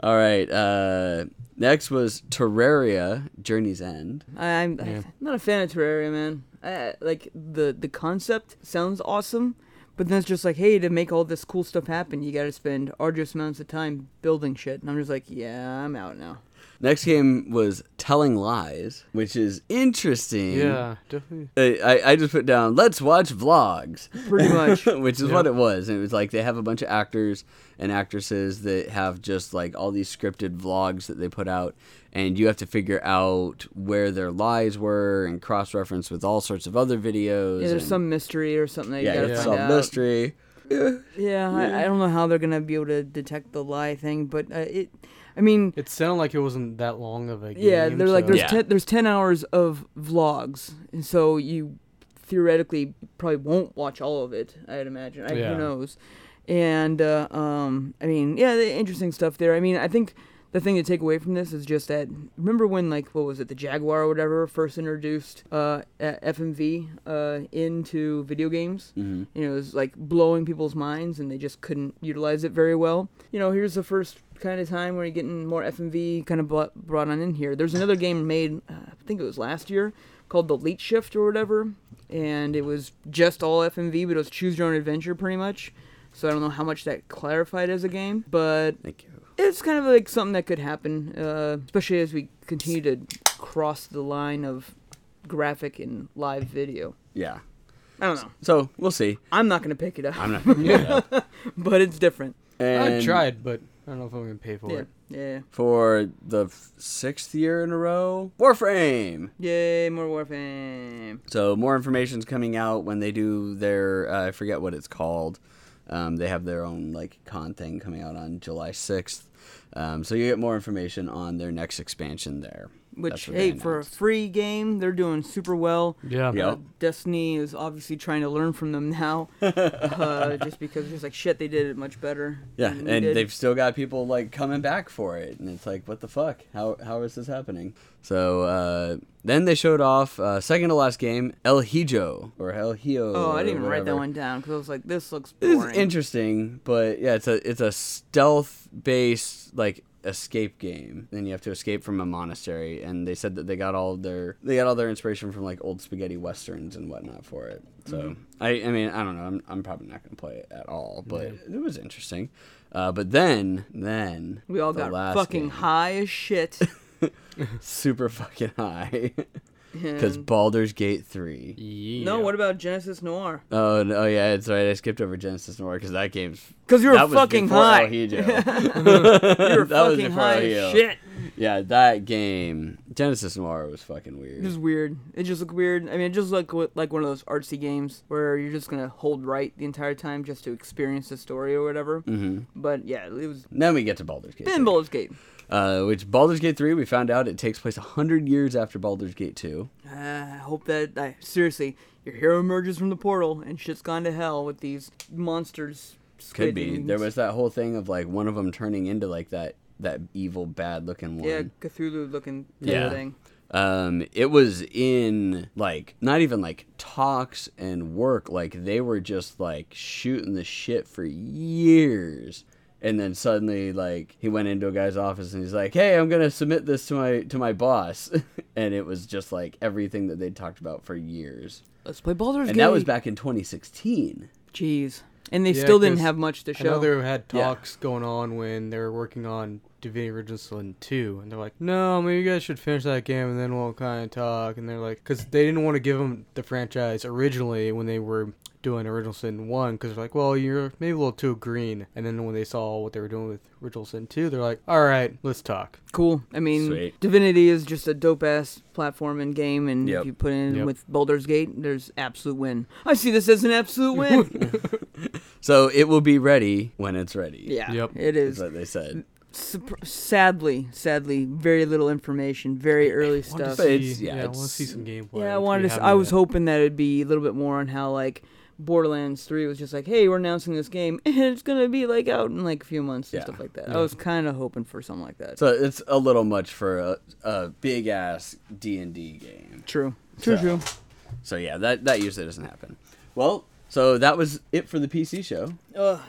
A: All right. Uh, next was Terraria Journey's End.
B: I, I'm
C: Yeah.
B: I'm not a fan of Terraria, man. I, like the the concept sounds awesome, but then it's just like, hey, to make all this cool stuff happen, you got to spend arduous amounts of time building shit, and I'm just like, yeah, I'm out now.
A: Next game was Telling Lies, which is interesting.
C: Yeah, definitely.
A: I, I- I just put down, let's watch vlogs,
B: Pretty much.
A: which is what
C: Yeah.
A: it was. And it was like they have a bunch of actors and actresses that have just like all these scripted vlogs that they put out, and you have to figure out where their lies were and cross reference with all sorts of other videos.
B: Yeah, there's
A: and-
B: some mystery or something that you
A: yeah,
B: gotta
A: it's
B: find
A: all
B: out.
A: mystery.
B: Yeah, I, I don't know how they're gonna be able to detect the lie thing, but uh, it, I mean,
C: It sounded like it wasn't that long of a game.
B: yeah, they're like
C: so-
B: there's
A: Yeah.
B: ten, there's ten hours of vlogs, and so you theoretically probably won't watch all of it. I'd imagine. I,
C: Yeah.
B: Who knows? And uh, um, I mean, yeah, the interesting stuff there. I mean, I think the thing to take away from this is just that. Remember when like what was it, the Jaguar or whatever, first introduced uh, a- FMV uh, into video games?
A: Mm-hmm.
B: you know, it was like blowing people's minds and they just couldn't utilize it very well. You know, here's the first kind of time where you're getting more FMV kind of brought brought on in here. There's another game made, uh, I think it was last year, called The Late Shift or whatever, and it was just all FMV, but it was choose your own adventure pretty much. So I don't know how much that clarified as a game, but
A: Thank you.
B: it's kind of like something that could happen, uh, especially as we continue to cross the line of graphic and live video.
A: Yeah.
B: I don't know.
A: So we'll see.
B: I'm not gonna pick it up,
A: I'm not.
C: Yeah.
B: but it's different.
A: And
C: I tried, but I don't know if I'm gonna pay for
B: Yeah.
C: it.
B: Yeah.
A: for the f- sixth year in a row. Warframe.
B: Yay, more Warframe.
A: So more information's coming out when they do their uh, I forget what it's called. Um, they have their own like con thing coming out on July sixth. Um, so you get more information on their next expansion there.
B: Which,
A: That's what
B: hey,
A: they
B: for a
A: announced.
B: free game, they're doing super well.
C: Yeah.
A: Yeah.
B: Uh, Destiny is obviously trying to learn from them now, uh, just because it's like shit, they did it much better.
A: yeah,
B: than
A: and
B: we did.
A: they've still got people like coming back for it, and it's like, what the fuck? How how is this happening? So uh, then they showed off uh, second to last game El Hijo or El Hio.
B: Oh, I
A: or
B: didn't even write that
A: whatever.
B: one down because I was like, this looks
A: This
B: boring.
A: is interesting, but yeah, it's a it's a stealth based like escape game. Then you have to escape from a monastery, and they said that they got all their they got all their inspiration from like old spaghetti westerns and whatnot for it. So
B: Mm-hmm.
A: I I mean I don't know I'm I'm probably not gonna play it at all, but it was interesting. Uh, but then then
B: we all
A: the
B: got
A: last
B: fucking
A: game,
B: high as shit.
A: super fucking high because
B: and-
A: Baldur's Gate three.
C: Yeah.
B: No, what about Genesis Noir?
A: Oh, no, oh yeah, that's right. I skipped over Genesis Noir because that game's
B: Because you were
A: that was
B: fucking
A: before
B: high.
A: El Hijo.
B: You were
A: That was
B: fucking
A: before
B: high
A: El Hijo.
B: as shit.
A: Yeah, that game Genesis Noir was fucking weird.
B: It was weird. It just looked weird. I mean, it just looked wi- like one of those artsy games where you're just gonna hold right the entire time just to experience the story or whatever.
A: hmm
B: But yeah, it was
A: Then we get to Baldur's Gate.
B: been
A: 3,
B: Baldur's Gate.
A: Uh, which Baldur's Gate 3, we found out it takes place 100 years after Baldur's Gate 2.
B: Uh, I hope that I, seriously, your hero emerges from the portal and shit's gone to hell with these monsters.
A: Could
B: squid
A: be.
B: dudes.
A: There was that whole thing of like one of them turning into like that that evil bad looking one.
B: yeah Cthulhu looking
A: Yeah.
B: thing.
A: um it was in like not even like talks and work like they were just like shooting the shit for years and then suddenly like he went into a guy's office and he's like hey i'm gonna submit this to my to my boss and it was just like everything that they talked about for years
B: Let's play Baldur's
A: and
B: Gate.
A: that was back in 2016
B: Jeez, and they
C: Yeah,
B: still didn't
C: 'cause
B: have much to
C: I know
B: show.
C: they had
A: Yeah.
C: talks going on when they were working on Divinity Original Sin 2, and they're like, no, maybe you guys should finish that game and then we'll kind of talk. And they're like, because they didn't want to give them the franchise originally when they were doing Original Sin 1, because they're like, well, you're maybe a little too green. And then when they saw what they were doing with Original Sin 2, they're like, all right, let's talk.
B: Cool. I mean,
A: Sweet.
B: Divinity is just a dope ass platform and game, and
A: Yep.
B: if you put in
C: Yep.
B: with Baldur's Gate, there's absolute win. I see this as an absolute win.
A: So it will be ready when it's ready.
B: Yeah.
C: Yep.
B: It
A: Is
B: is.
A: what they said.
B: Sup- sadly, sadly, very little information, very early
C: Wanted to
B: stuff.
A: But it's-
C: see-
A: yeah,
C: I want to
A: it's-
C: see some gameplay.
B: Yeah, I
C: which we uh,
B: wanted to. s-
C: haven't
B: I was
C: yet.
B: hoping that it'd be a little bit more on how like Borderlands Three was just like, hey, we're announcing this game, and it's gonna be like out in like a few months and
A: Yeah.
B: stuff like that.
C: Yeah.
B: I was kind of hoping for something like that.
A: So it's a little much for a, a big ass D and D game.
B: true. True.
A: So-
B: True.
A: So yeah, that that usually doesn't happen. Well, so that was it for the PC show.
B: Ugh.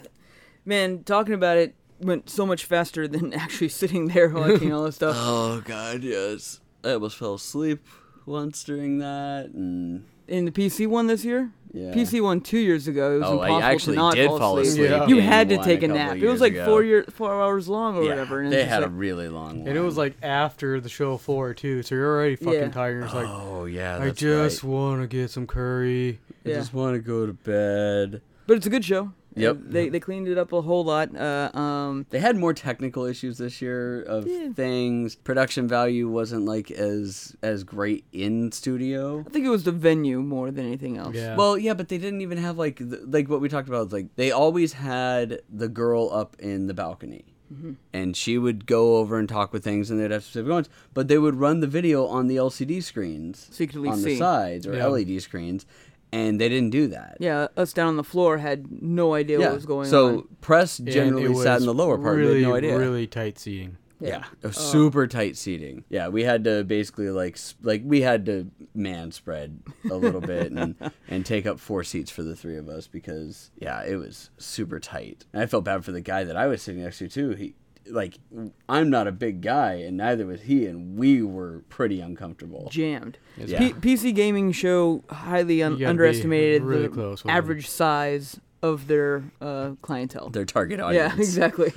B: Man, talking about it went so much faster than actually sitting there watching all this stuff.
A: Oh god, yes. I almost fell asleep once during that, and
B: In the PC one this year,
A: yeah.
B: PC one two years ago, it was
A: oh,
B: impossible
A: I actually
B: to not
A: did
B: fall,
A: fall
B: asleep.
A: asleep.
C: Yeah.
B: You
A: in
B: had to
A: one
B: take a
A: couple of
B: nap. It was
A: years
B: like
A: ago.
B: four year, four hours long or whatever. And
A: they
B: it's
A: had
B: just
A: a
B: like,
A: really long one.
C: And it was like after the show floor too, so you're already fucking
B: Yeah.
C: tired. It's like
A: oh yeah,
C: I just want to get some curry.
A: I
B: Yeah.
A: just want to go to bed.
B: but it's a good show.
A: Yep.
B: Uh, They they cleaned it up a whole lot. Uh, um,
A: They had more technical issues this year of
B: Yeah.
A: things. Production value wasn't like as as great in studio.
B: I think it was the venue more than anything else.
C: Yeah.
A: Well, yeah, but they didn't even have like th- like what we talked about. Like they always had the girl up in the balcony,
B: Mm-hmm.
A: and she would go over and talk with things, and they'd have specific ones. But they would run the video on the LCD screens,
B: So you could at least
A: on the
B: see.
A: sides or
C: Yeah.
A: LED screens, and they didn't do that.
B: Yeah, us down on the floor had no idea what was going
A: so
B: on.
A: press
C: And
A: generally
C: it
A: sat in
C: was
A: the lower part.
C: Really,
A: we had no idea.
C: really tight seating.
A: Yeah, It was super tight seating. Yeah, we had to basically like s- like we had to man spread a little bit and and take up four seats for the three of us because yeah, it was super tight. And I felt bad for the guy that I was sitting next to too. He like I'm not a big guy and neither was he and we were pretty uncomfortable.
B: jammed.
A: Yeah.
B: P- PC gaming show highly un-
C: You gotta be
B: underestimated
C: really
B: the
C: close with
B: average size of their uh, clientele.
A: Their target audience.
B: yeah, exactly.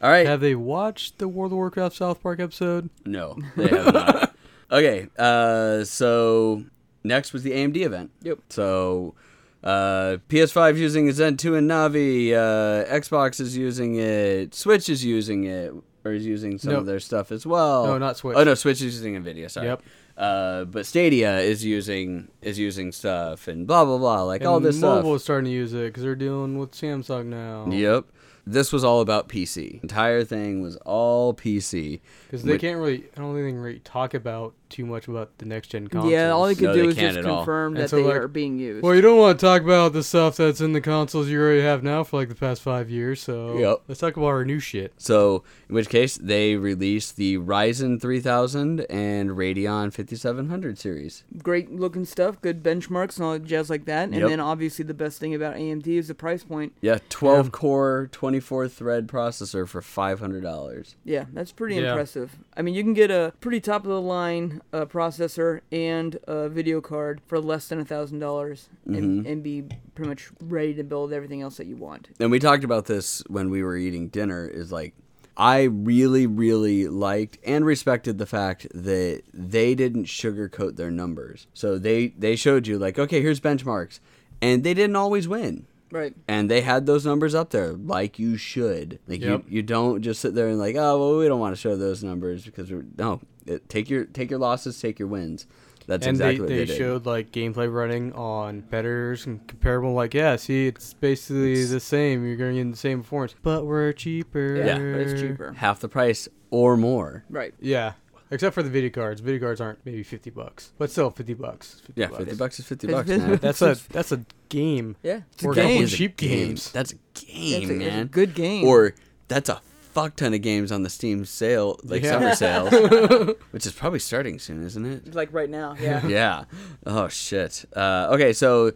A: All right.
C: Have they watched the World of Warcraft South Park episode?
A: No, they have not. Okay, uh, so next was the AMD event.
B: Yep.
A: So uh, PS5 is using Zen 2 and Navi, uh, Xbox is using it, Switch is using it, or is using some
C: No.
A: of their stuff as well.
C: No, not Switch.
A: Oh no, Switch is using Nvidia. Sorry.
C: Yep.
A: Uh, but Stadia is using is using stuff and blah blah blah like all
C: And
A: this stuff.
C: mobile is starting to use it because they're dealing with Samsung now.
A: Yep. This was all about PC. Entire thing was all PC.
C: Because they
A: Which-
C: can't really, I don't think they can really talk about too much about the next gen consoles.
B: yeah, all they could
A: No,
B: do
A: they
B: is
A: can't at
B: just
A: all.
B: confirm
C: And
B: that
C: so,
B: they
C: like-
B: are being used.
C: Well, you don't want to talk about the stuff that's in the consoles you already have now for like the past five years. So
A: Yep.
C: let's talk about our new shit.
A: So, in which case, they released the Ryzen 3000 and Radeon 5700 series.
B: Great looking stuff, good benchmarks and all that jazz like that. And
A: Yep.
B: then obviously the best thing about AMD is the price point.
A: Yeah, 12 core, 24 thread processor for $500.
B: Yeah, that's pretty
C: Yeah.
B: impressive. I mean, you can get a pretty top of the line uh, processor and a video card for less than a thousand dollars, and
C: Mm-hmm.
B: and be pretty much ready to build everything else that you want.
A: And we talked about this when we were eating dinner is like, I really, really liked and respected the fact that they didn't sugarcoat their numbers. So they, they showed you, like, okay, here's benchmarks. And they didn't always win.
B: Right.
A: and they had those numbers up there like you should like
C: Yep.
A: you, you don't just sit there and like oh well we don't want to show those numbers because we're no it, take your take your losses take your wins that's
C: and
A: exactly
C: they,
A: what they,
C: they
A: did
C: showed like gameplay running on competitors and comparable. Like, yeah, see, it's basically the same. You're going to get the same performance, but we're cheaper.
B: But it's cheaper.
A: half the price or more
B: Right.
C: Yeah. Except for the video cards. Video cards aren't maybe fifty bucks, but still fifty bucks. 50
A: yeah
C: bucks.
A: 50 bucks is 50
B: It's
A: bucks
B: been-
A: man
C: That's a that's a game.
B: Yeah. It's a
C: Or a couple
B: game.
A: Game's a
C: cheap
A: game.
C: games.
A: that's a game
B: That's a- it's a
A: man
B: good game.
A: or that's a fuck ton of games on the steam sale like
C: Yeah.
A: summer sales which is probably starting soon isn't it
B: Like right now. Yeah.
A: yeah. Oh shit. Uh, okay, so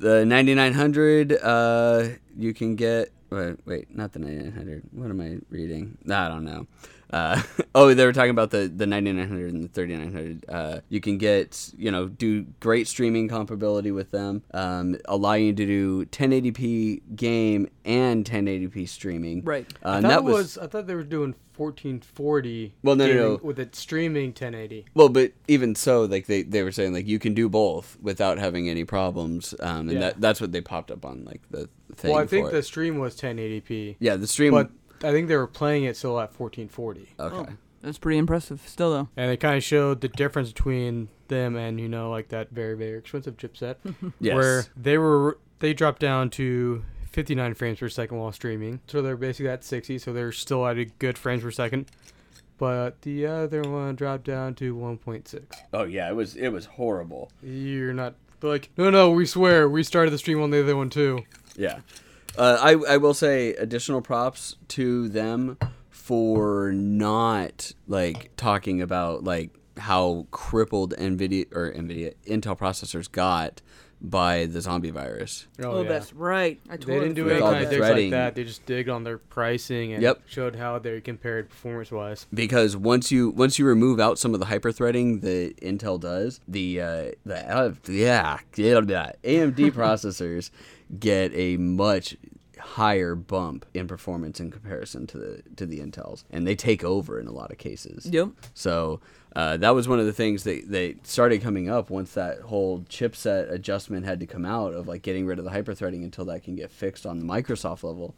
A: the 9900 uh, you can get. Wait, wait, not the 9900. What am I reading? I don't know. Uh, oh, they were talking about the the 9900 and the 3900. Uh, you can get you know do great streaming compatibility with them, um, allow you to do 1080p game and 1080p streaming.
B: Right.
A: Uh,
C: I
A: and
C: thought
A: that
C: it
A: was,
C: was I thought they were doing 1440.
A: Well, no, no,
C: gaming
A: no.
C: With it streaming 1080.
A: Well, but even so, like they, they were saying, like you can do both without having any problems, um, and
C: Yeah.
A: that that's what they popped up on like the thing.
C: Well, I
A: for
C: think
A: it.
C: the stream was 1080p,
A: yeah the stream.
C: but oh. I think they were playing it still at 1440.
B: Oh.
A: okay,
B: That's pretty impressive. Still though.
C: And it kind of showed the difference between them and you know like that very very expensive chipset,
A: Yes.
C: where they were they dropped down to 59 frames per second while streaming. So they're basically at 60, so they're still at a good frames per second. But the other one dropped down to 1.6.
A: Oh yeah, it was it was horrible.
C: You're not they're like, no, no, we swear, we started the stream on the other one too.
A: Yeah. Uh, I, I will say additional props to them for not like talking about like how crippled Nvidia or Nvidia Intel processors got by the zombie virus.
B: Oh, that's right. I
C: They didn't do
A: With
C: any
A: all
C: kind of
A: the
C: digs like
A: threading.
C: that. They just digged on their pricing and
A: Yep.
C: showed how they compared performance wise.
A: Because once you once you remove out some of the hyperthreading that Intel does, the uh, the uh, yeah, yeah yeah, AMD processors get a much higher bump in performance in comparison to the to the Intels, and they take over in a lot of cases.
B: Yep.
A: So uh, that was one of the things that they started coming up once that whole chipset adjustment had to come out of like getting rid of the hyperthreading until that can get fixed on the Microsoft level.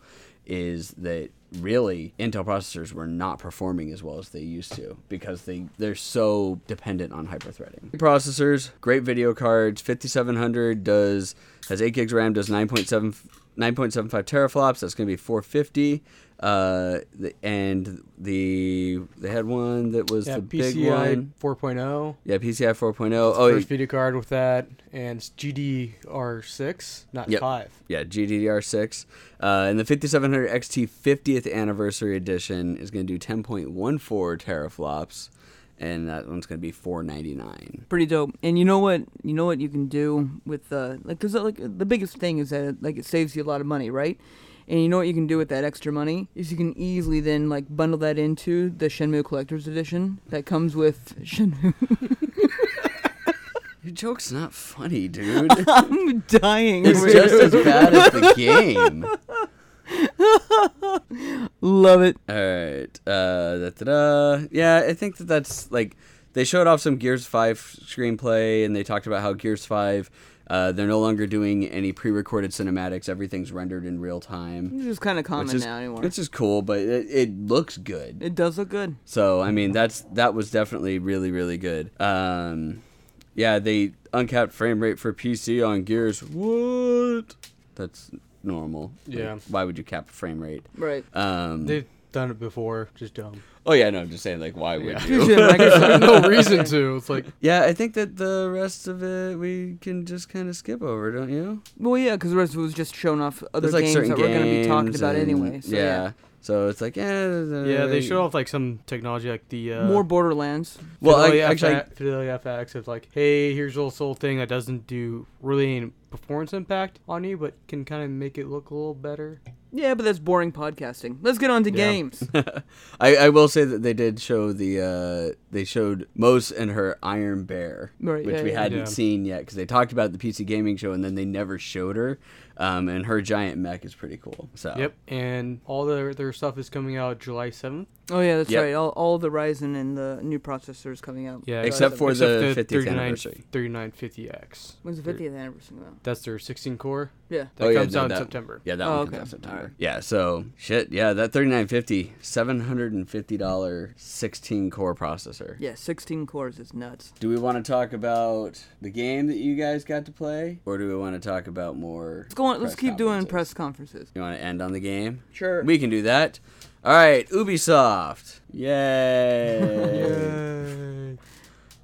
A: Is that really Intel processors were not performing as well as they used to because they they're so dependent on hyperthreading. Processors, great video cards. 5700 does has eight gigs RAM, does 9.7 9.75 teraflops. That's going to be 450. Uh, the, and the they had one that was
C: Yeah,
A: the big
C: PCI
A: one.
B: oh.
C: 4.0.
A: Yeah, PCI 4.0. Oh,
C: first video card with that, and it's GDR6, not
A: Yep.
C: 5.
A: yeah, GDDR6. Uh, and the 5700 XT 50th anniversary edition is going to do 10.14 teraflops, and that one's going to be 499.
B: pretty dope. And you know what? You know what you can do with uh, like, cause uh, like the biggest thing is that it, like it saves you a lot of money, right? And you know what you can do with that extra money is you can easily then like bundle that into the Shenmue Collector's Edition that comes with Shenmue.
A: Your joke's not funny, dude.
B: I'm dying.
A: it's
B: over
A: just
B: here.
A: as bad as the game.
B: Love it.
A: All right. Uh, da, da, da. Yeah, I think that that's like they showed off some Gears Five screenplay, and they talked about how Gears Five. Uh, they're no longer doing any pre-recorded cinematics. Everything's rendered in real time,
B: It's just kind of common
A: which is
B: now anymore.
A: which is cool, but it, it looks good.
B: It does look good.
A: So I mean, that's that was definitely really really good. Um, yeah, they uncapped frame rate for PC on Gears. What? That's normal. Like,
C: Yeah.
A: why would you cap a frame rate?
B: Right.
A: Um,
C: They've done it before, just dumb.
A: oh yeah, no, I'm just saying like why would you?
C: no reason to. It's like
A: Yeah, I think that the rest of it we can just kind of skip over, don't you?
B: well, yeah, because the rest was just showing off other
A: There's like
B: games
A: certain
B: that we're going to be talking
A: games
B: about
A: and-
B: anyway. So, yeah.
A: So it's like yeah.
C: yeah, they show off like some technology like the uh,
B: More Borderlands.
A: Well, I,
C: Fidelity
A: actually, I-
C: FX, Fidelity FX of like, hey, here's this whole thing that doesn't do really any performance impact on you, but can kind of make it look a little better.
B: Yeah, but that's boring podcasting. Let's get on to
C: Yeah.
B: games.
A: I, I will say that they did show the uh, they showed Mose and her Iron Bear,
B: Right,
A: which
B: yeah,
A: we
B: yeah.
A: hadn't
C: Yeah.
A: seen yet because they talked about it at the PC gaming show and then they never showed her. Um, and her giant mech is pretty cool. So
C: Yep. And all their their stuff is coming out July seventh.
B: Oh yeah, that's
A: Yep.
B: right. All, all the Ryzen and the new processors coming out.
C: Yeah.
A: Except for the 50th
C: 39
A: anniversary.
C: 3950X.
B: when's the 50th anniversary though?
C: That's their 16 core.
B: Yeah.
C: That
A: Oh, yeah,
C: comes
A: no,
C: out in
A: that-
C: September.
A: Yeah, that
B: Oh,
A: one
B: okay.
A: comes out September.
B: Alright.
A: Yeah, so shit. Yeah, that thirty nine fifty, seven hundred and fifty dollar sixteen core processor.
B: Yeah, 16 cores is nuts.
A: Do we want to talk about the game that you guys got to play, or do we want to talk about more?
B: Let's go on. Let's
A: press
B: keep doing
A: conferences?
B: press conferences.
A: You want to end on the game?
B: Sure.
A: We can do that. All right, Ubisoft. Yay!
C: Yay.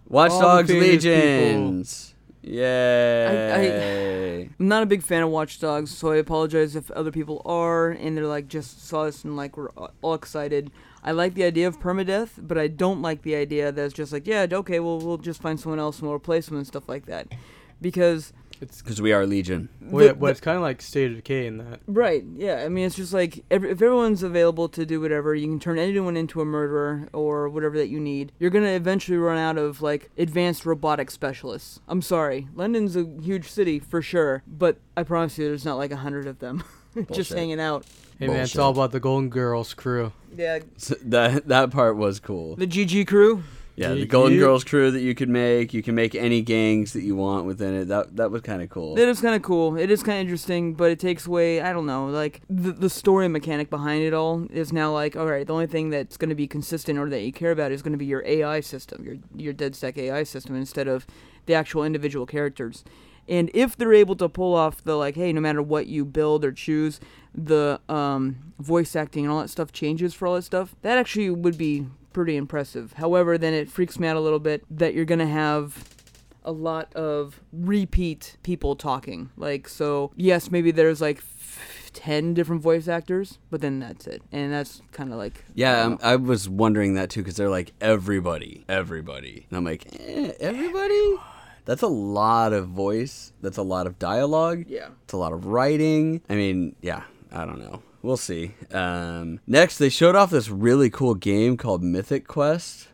A: Watch
C: All the
A: Dogs
C: creative people.
A: Legions. Yay!
B: I'm not a big fan of Watch Dogs, so I apologize if other people are and they're like just saw us and like we're all excited. I like the idea of permadeath, but I don't like the idea that's just like, yeah, okay, well we'll just find someone else and we'll replace them and stuff like that. Because
C: It's
A: Because we are Legion.
C: well, yeah,
B: the-
C: well, it's kind of like State of Decay in that.
B: Right. Yeah. I mean, it's just like every, if everyone's available to do whatever, you can turn anyone into a murderer or whatever that you need. You're gonna eventually run out of like advanced robotic specialists. I'm sorry, London's a huge city for sure, but I promise you, there's not like a hundred of them just
A: Bullshit.
B: hanging out.
C: Hey man, it's
A: Bullshit.
C: all about the Golden Girls crew.
B: Yeah.
A: So that that part was cool.
B: The GG crew.
A: Yeah,
C: You-
A: the Golden
C: you-
A: Girls crew that you could make. You can make any gangs that you want within it. That that was kind of cool.
B: It is kind of cool. It is kind of interesting, but it takes away, I don't know, like the, the story mechanic behind it all is now like, all right, the only thing that's going to be consistent or that you care about is going to be your AI system, your your DedStack AI system instead of the actual individual characters. And if they're able to pull off the like, hey, no matter what you build or choose, the um, voice acting and all that stuff changes for all that stuff, that actually would be pretty impressive. However, then it freaks me out a little bit that you're gonna have a lot of repeat people talking. Like, so yes, maybe there's like f- 10 different voice actors, but then that's it. And that's kind of like. uh,
A: Yeah, um, I was wondering that too because they're like everybody, everybody, and I'm like, eh, everybody. That's a lot of voice. That's a lot of dialogue.
B: Yeah.
A: it's a lot of writing. I mean, yeah, I don't know. We'll see. Um, next, they showed off this really cool game called Mythic Quest.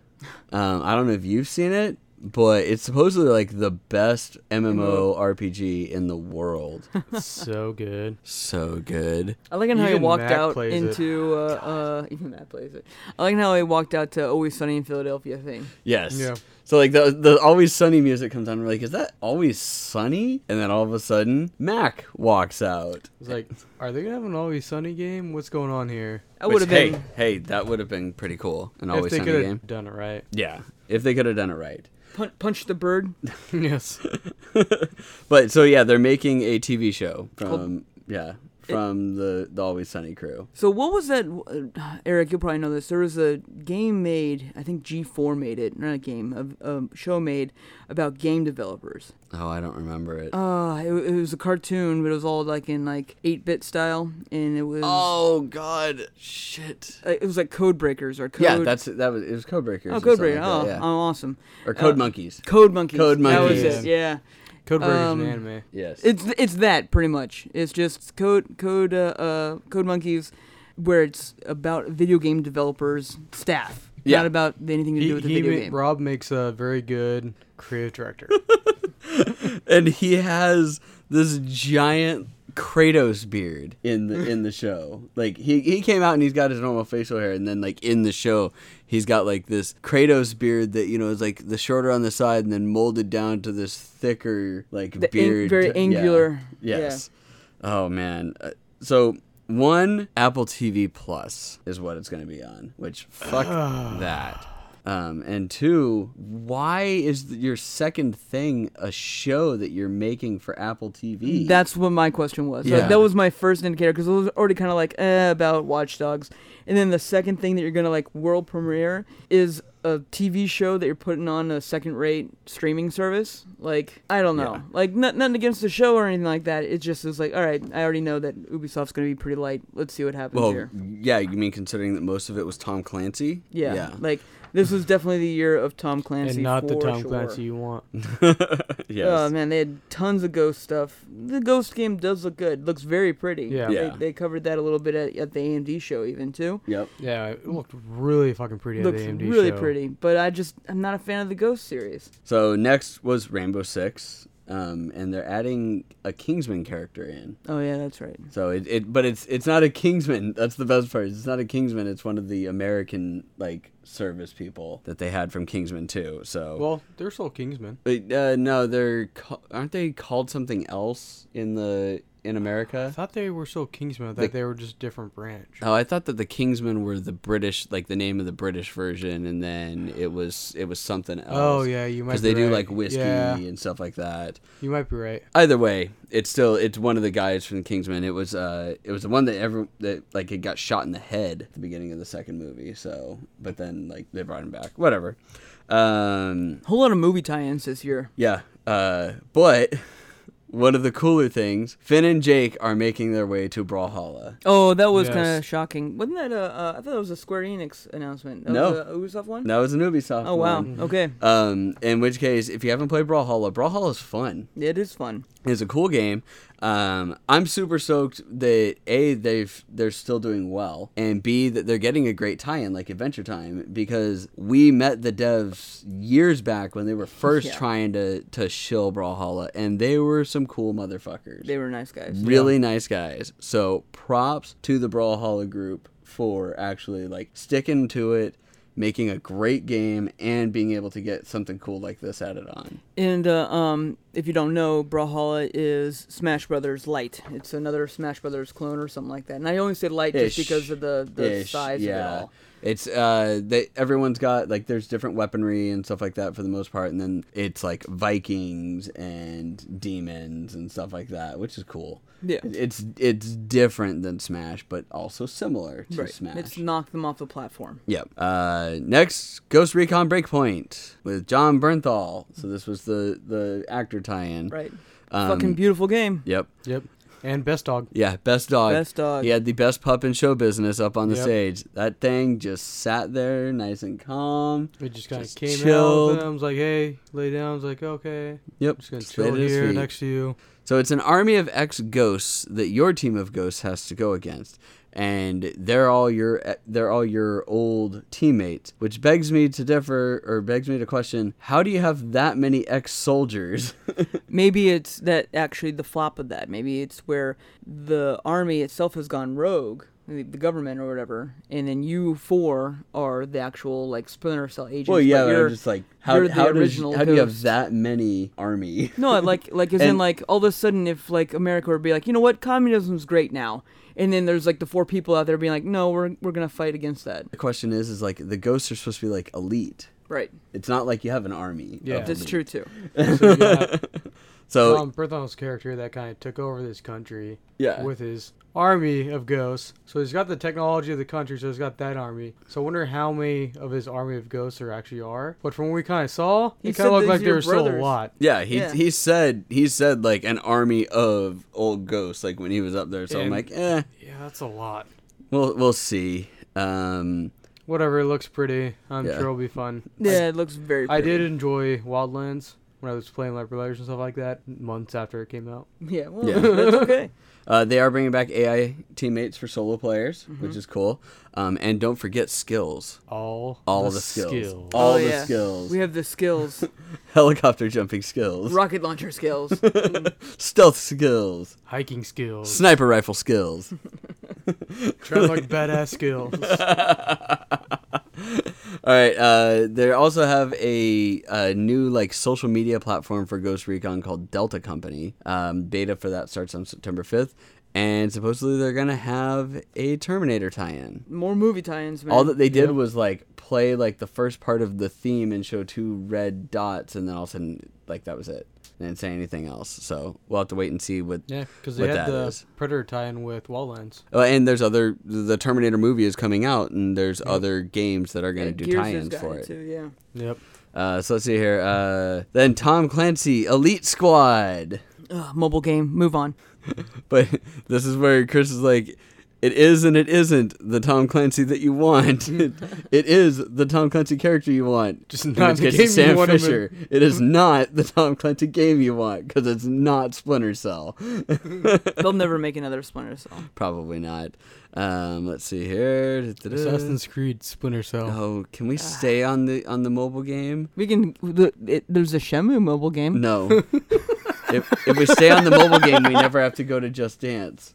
A: Um, I don't know if you've seen it, but it's supposedly like the best MMO RPG in the world.
C: so good.
A: so good.
B: I like how he
C: Even
B: walked
C: Mac
B: out
C: plays it.
B: into.
A: Oh
B: Uh, uh, even Matt plays it. I like how he walked out to Always Sunny in Philadelphia thing.
A: Yes.
C: Yeah.
A: So like the the always sunny music comes on. We're like, is that always sunny? And then all of a sudden, Mac walks out.
C: It's like, are they gonna have an always sunny game? What's going on here?
B: I
A: Which,
B: would have been.
A: Hey, hey, that would have been pretty cool. An
C: if
A: always
C: they
A: sunny
C: coulda
A: game.
C: done it right.
A: Yeah, if they could have done it right.
B: Punch, punch the bird.
C: yes.
A: But so yeah, they're making a TV show from
B: Called-
A: yeah from the the Always Sunny crew.
B: So what was that, uh, Eric? You'll probably know this. There was a game made. I think G4 made it. Not a game. A, a show made about game developers.
A: Oh, I don't remember it.
B: Uh, it, it was a cartoon, but it was all like in like eight bit style, and it was
A: oh God, shit.
B: uh, it was like Code Breakers or Code.
A: Yeah, that's that was it was Codebreakers.
B: oh
A: or
B: Code
A: something
B: Breaker.
A: like
B: oh,
A: that, yeah.
B: oh, awesome.
A: or Code
B: uh,
A: Monkeys.
B: Code Monkeys.
A: Code
B: That
C: Monkeys.
B: was it. Yeah,
C: Codebreaker's
B: Um,
C: an anime.
A: Yes.
B: it's it's that pretty much. It's just Code Code uh, uh Code Monkeys, where it's about video game developers staff,
A: Yeah.
B: not about anything to do
C: He,
B: with the
C: he
B: video
C: ma-
B: game.
C: Rob makes a very good creative director.
A: and he has this giant Kratos beard in the in the show. Like he he came out and he's got his normal facial hair, and then like in the show he's got like this Kratos beard that you know is like the shorter on the side and then molded down to this thicker like
B: The ang-
A: beard,
B: very
A: Yeah.
B: angular.
A: Yes. Oh man. Uh, So one Apple TV Plus is what it's going to be on, which fuck that. Um, and two, why is th- your second thing a show that you're making for Apple TV?
B: That's what my question was. Like,
A: E. Yeah.
B: that was my first indicator because I was already kind of like eh, about Watch Dogs, and then the second thing that you're gonna like world premiere is a TV show that you're putting on a second-rate streaming service. Like I don't know,
A: Yeah.
B: like n- nothing against the show or anything like that. It just is like, all right, I already know that Ubisoft's gonna be pretty light. Let's see what happens
A: well,
B: here.
A: yeah. You mean considering that most of it was Tom Clancy?
B: Yeah, Um, like this was definitely the year of Tom Clancy.
C: and not the
B: for
C: Tom
B: sure.
C: Clancy you want.
A: yes.
B: Oh man, they had tons of ghost stuff. The ghost game does look good. Looks very pretty.
C: Yeah.
B: They,
A: Yeah.
B: they covered that a little bit at, at the AMD show even too.
A: Yep.
C: Yeah, it looked really fucking pretty
B: Looks
C: at the AMD
B: really
C: show.
B: pretty, but I just I'm not a fan of the ghost series.
A: So next was Rainbow Six, um, and they're adding a Kingsman character in.
B: Oh yeah, that's right.
A: So it, it but it's it's not a Kingsman. That's the best part. It's not a Kingsman. It's one of the American like service people that they had from Kingsman too. So
C: Well, they're still Kingsmen.
A: But, uh, no, they're ca- aren't they called something else in the in
C: I
A: America?
C: thought they were still Kingsmen. I thought
A: The-
C: they were just different branch.
A: Oh, I thought that the Kingsmen were the British, like the name of the British version, and then it was it was something else.
C: Oh yeah, you might.
A: because
C: Because
A: they
C: be
A: do
C: right.
A: like whiskey
C: Yeah,
A: and stuff like that.
C: you might be right.
A: either way, it's still it's one of the guys from Kingsman. It was uh it was the one that ever that like it got shot in the head at the beginning of the second movie. So, but then like they brought him back. Whatever. Um
B: Whole lot of movie tie-ins this year.
A: yeah. Uh but one of the cooler things, Finn and Jake are making their way to Brawlhalla.
B: Oh, that was
C: Yes.
B: kind of shocking. Wasn't that a? Uh, I thought it was a Square Enix announcement. That
A: No.
B: was a Ubisoft one.
A: That was an Ubisoft.
B: Oh wow.
C: Mm-hmm.
A: one.
B: Okay,
A: Um, in which case, if you haven't played Brawlhalla, Brawlhalla is fun.
B: it is fun.
A: It's a cool game. Um, I'm super stoked that a they've they're still doing well, and b that they're getting a great tie-in like Adventure Time because we met the devs years back when they were first
B: Yeah.
A: trying to to shill Brawlhalla, and they were some cool motherfuckers,
B: They were nice guys.
A: really nice guys. So props to the Brawlhalla group for actually like sticking to it, making a great game, and being able to get something cool like this added on.
B: And uh, um, if you don't know, Brawlhalla is Smash Brothers Light. It's another Smash Brothers clone or something like that. And I only say light just
A: Ish.
B: because of the, the
A: Ish,
B: size of it all.
A: It's uh, they everyone's got like there's different weaponry and stuff like that for the most part, and then it's like Vikings and demons and stuff like that, which is cool.
B: Yeah.
A: it's it's different than Smash, but also similar to Smash.
B: It's knocked them off the platform.
A: Yep. Uh, next, Ghost Recon Breakpoint with John Bernthal. So this was the the actor tie-in.
B: Right.
A: Um,
B: Fucking beautiful game.
A: Yep.
C: Yep. And best dog.
A: Yeah. Best dog.
B: Best dog.
A: He had the best pup in show business up on the
C: Yep.
A: stage. That thing just sat there, nice and calm.
C: It just kind of
A: Just
C: came out.
A: chilled.
C: with them. I was like, hey, lay down. I was like, okay.
A: Yep.
C: I'm just gonna
A: just
C: chill
A: laid at his
C: here
A: feet.
C: next to you.
A: So it's an army of ex ghosts that your team of ghosts has to go against, and they're all your they're all your old teammates. Which begs me to differ, or begs me to question: How do you have that many ex soldiers?
B: Maybe it's that actually the flop of that. Maybe it's where the army itself has gone rogue, the the government or whatever, and then you four are the actual like splinter cell agents.
A: Well, yeah,
B: but
A: but
B: you're-
A: I'm just like, how,
B: you're the
A: how, does,
B: original
A: how do you have
B: ghost.
A: that many army?
B: No, like like as in
A: And-
B: like all of a sudden if like America would be like, you know what, communism's great now, and then there's like the four people out there being like, no, we're we're gonna fight against that.
A: The question is, is like the ghosts are supposed to be like elite.
B: Right.
A: It's not like you have an army. of
C: Yeah.
B: That's
A: elite.
B: true too.
C: So you got
B: Oh.
A: So
C: Tom Berthelm's character that kind of took over this country
A: yeah,
C: with his army of ghosts. So he's got the technology of the country, so he's got that army. So I wonder how many of his army of ghosts there actually are. But from what we kind of saw,
B: He
C: it kind
B: said
C: of looked
B: these
C: like
B: are
C: there were still a
B: brothers.
C: lot.
A: yeah. He
B: Yeah.
A: he said he said like an army of old ghosts like when he was up there. So I'm
C: And-
A: like, eh,
C: Yeah, that's a lot.
A: we'll we'll see. Um,
C: Whatever, it looks pretty. I'm
A: Yeah.
C: sure it'll be fun.
B: Yeah, it looks very.
C: I
B: Pretty.
C: did enjoy Wildlands when I was playing with my brothers and stuff like that months after it came out.
B: Yeah. Well,
A: Yeah.
B: that's okay.
A: uh, they are bringing back AI teammates for solo players,
B: Mm-hmm.
A: which is cool. Um, and don't forget skills.
C: All
A: All the,
C: the
A: skills.
C: skills.
A: All
B: Oh,
A: the
B: yeah.
A: skills.
B: We have the skills,
A: Helicopter jumping skills.
B: rocket launcher skills.
A: Stealth skills.
C: hiking skills,
A: Sniper rifle skills.
C: trying like badass skills.
A: All right. Uh, they also have a, a new like social media platform for Ghost Recon called Delta Company. Um, beta for that starts on September fifth, and supposedly they're gonna have a Terminator tie-in.
B: More movie tie-ins, man.
A: All that they did
C: Yep.
A: was like play like the first part of the theme and show two red dots, and then all of a sudden like that was it. They didn't say anything else, so we'll have to wait and see what.
C: yeah, because they
A: What
C: had
A: that
C: the
A: is.
C: Predator tie-in with Wildlands.
A: Oh, and there's other the Terminator movie is coming out, and there's other games that are
B: Yeah,
A: going to do
B: Gears has
A: tie-ins
B: gotten
A: for
B: it
A: it.
B: Too, yeah.
C: Yep.
A: Uh, so let's see here. Uh, then Tom Clancy, Elite Squad.
B: Ugh, mobile game. Move on.
A: But this is where Chris is like, it is and it isn't the Tom Clancy that you want. it it is the Tom Clancy character you want.
C: Just
A: In
C: not
A: which
C: the
A: case,
C: game
A: it's
C: you
A: Sam
C: want him in.
A: Fisher. It is not the Tom Clancy game you want because it's not Splinter Cell.
B: They'll never make another Splinter Cell.
A: Probably not. Um, let's see here. Da-da-da.
C: Assassin's Creed Splinter Cell.
A: Oh, can we stay on the on the mobile game?
B: We can. The, it, there's a Shamu mobile game.
A: No. if, if we stay on the mobile game, we never have to go to Just Dance.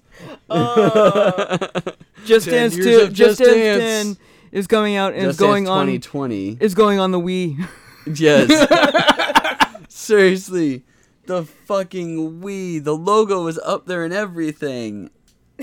B: Uh, Just
C: 10
B: Dance
C: years
B: Two.
C: of
B: Just
C: Just
B: Dance,
C: Dance.
B: 10 is coming out and
A: Just
B: is going
A: Dance
B: on.
A: 2020.
B: Is going on the Wii.
A: Yes. Seriously. The fucking Wii. The logo was up there and everything.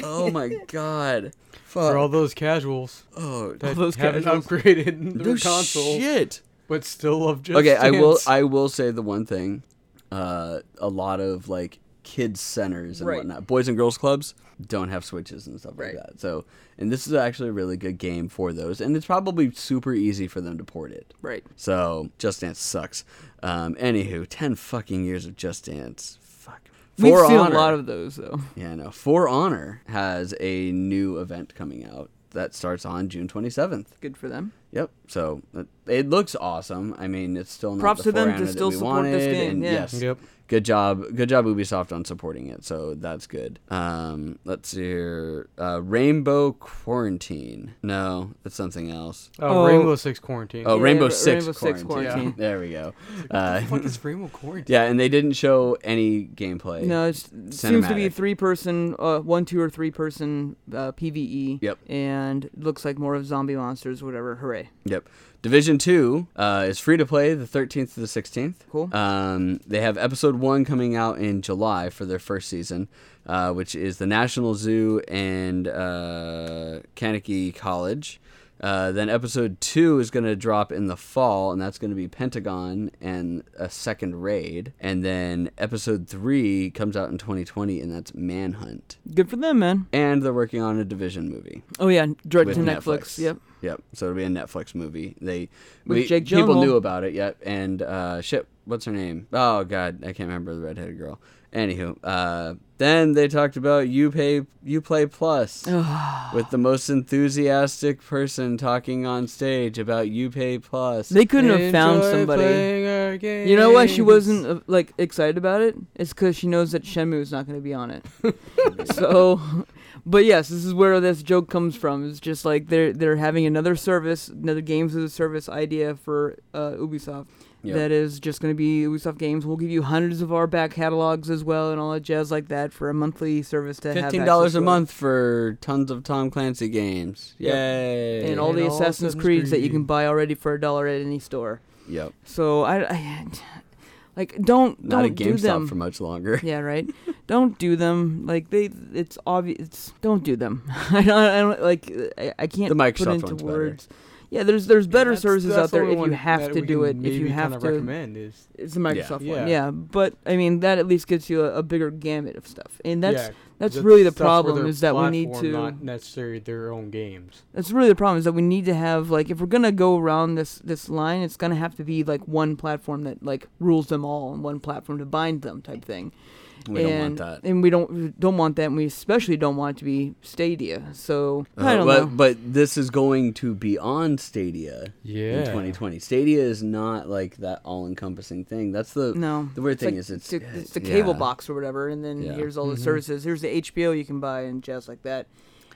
A: Oh my god.
C: For all
A: Fuck.
C: those casuals
A: Oh,
C: that
B: those
C: haven't
B: casuals.
C: upgraded their
A: no
C: console,
A: shit.
C: but still love Just
A: Okay, I will
C: Dance.
A: I will say the one thing. Uh a lot of like kids centers and
B: Right.
A: whatnot. Boys and girls clubs don't have switches and stuff
B: Right.
A: like that. So and this is actually a really good game for those. And it's probably super easy for them to port it.
B: right.
A: So Just Dance sucks. Um, anywho, ten fucking years of Just Dance. Fuck. For
B: We've seen
A: Honor.
B: a lot of those though.
A: yeah, no. For Honor has a new event coming out that starts on June twenty seventh.
B: Good for them.
A: Yep. So it- it looks awesome. I mean, it's still not
B: Props
A: the
B: to them
A: For
B: to
A: Honor that
B: still
A: we
B: support this
A: wanted,
B: game,
A: and
B: yeah.
A: Yes.
C: Yep.
A: Good job. Good job, Ubisoft, on supporting it. So that's good. Um, let's see here. Uh, Rainbow Quarantine. No, that's something else.
C: Oh,
B: Oh.
C: Rainbow Six Quarantine.
A: Oh,
B: Yeah,
A: Rainbow
B: Ra-
A: Six
B: Rainbow Six
A: Quarantine.
B: Quarantine.
A: There we go. Uh,
C: What the fuck is Rainbow Quarantine?
A: Yeah, and they didn't show any gameplay.
B: No, it's, it seems to be
A: Cinematic.
B: three person, uh, one, two, or three person uh, PVE.
A: Yep.
B: And looks like more of zombie monsters, whatever. Hooray.
A: Yep. Division Two uh, is free to play the 13th to the 16th.
B: Cool.
A: Um, they have Episode One coming out in July for their first season, uh, which is the National Zoo and uh, Kaneki College. Uh, then episode two is going to drop in the fall, and that's going to be Pentagon and a second raid. And then episode three comes out in 2020, and that's Manhunt.
B: Good for them, man.
A: And they're working on a Division movie
B: Oh yeah, direct
A: with
B: to Netflix. Yep.
A: Yep. So it'll be a Netflix movie. They
B: With
A: we,
B: Jake
A: people
B: Gyllenhaal.
A: knew about it. Yep. And uh, shit, what's her name? Oh god, I can't remember the redheaded girl. Anywho, uh, then they talked about you pay you play plus with the most enthusiastic person talking on stage about you pay plus.
B: They couldn't have found
C: Enjoy
B: somebody.
C: playing our games.
B: You know why she wasn't uh, like excited about it? It's because she knows that Shenmue is not going to be on it. so, but yes, this is where this joke comes from. It's just like they're they're having another service, another games as a service idea for uh, Ubisoft.
A: Yep.
B: That is just going to be Ubisoft games. We'll give you hundreds of our back catalogs as well, and all that jazz like that for a monthly service to have
A: Fifteen dollars a
B: access to it.
A: month for tons of Tom Clancy games.
B: Yep.
A: Yay!
B: and all
C: And
B: the
C: all
B: Assassin's
C: Assassin's
B: Creeds that you can
C: Creed.
B: buy already for a dollar at any store.
A: yep.
B: So I, I like don't
A: Not
B: don't
A: at
B: do
A: GameStop
B: them.
A: for much longer.
B: yeah, right. don't do them. Like they, it's obvious. It's, don't do them. I don't. I don't like. I, I can't
A: The
B: put
A: Microsoft
B: into
A: one's better.
B: words. Yeah, there's there's better
C: That's-
B: services
C: that's
B: out there
C: the
B: if
C: one
B: you have
C: that
B: to
C: we
B: do
C: can
B: it. If you
C: maybe
B: have
C: kinda
B: to,
C: recommend is
B: it's the Microsoft one.
C: Yeah.
B: Yeah, but I mean that at least gets you a, a bigger gamut of stuff, and that's
C: Yeah,
B: that's
C: that
B: really the
C: stuff for
B: problem
C: their
B: is that we need
C: platform,
B: to
C: not necessarily their own games.
B: that's really the problem is that we need to have like if we're gonna go around this this line, it's gonna have to be like one platform that like rules them all and one platform to bind them type thing.
A: We don't want
B: and,
A: that.
B: And we don't we don't want that, and we especially don't want it to be Stadia. So I
A: Uh,
B: don't
A: but,
B: know.
A: but this is going to be on Stadia
C: Yeah.
A: in 2020. Stadia is not like that all-encompassing thing. That's the
B: no,
A: the weird thing
B: like
A: is it's
B: the, it's the cable
A: yeah.
B: box or whatever, and then
A: Yeah.
B: here's all the services. Here's the HBO you can buy and jazz like that.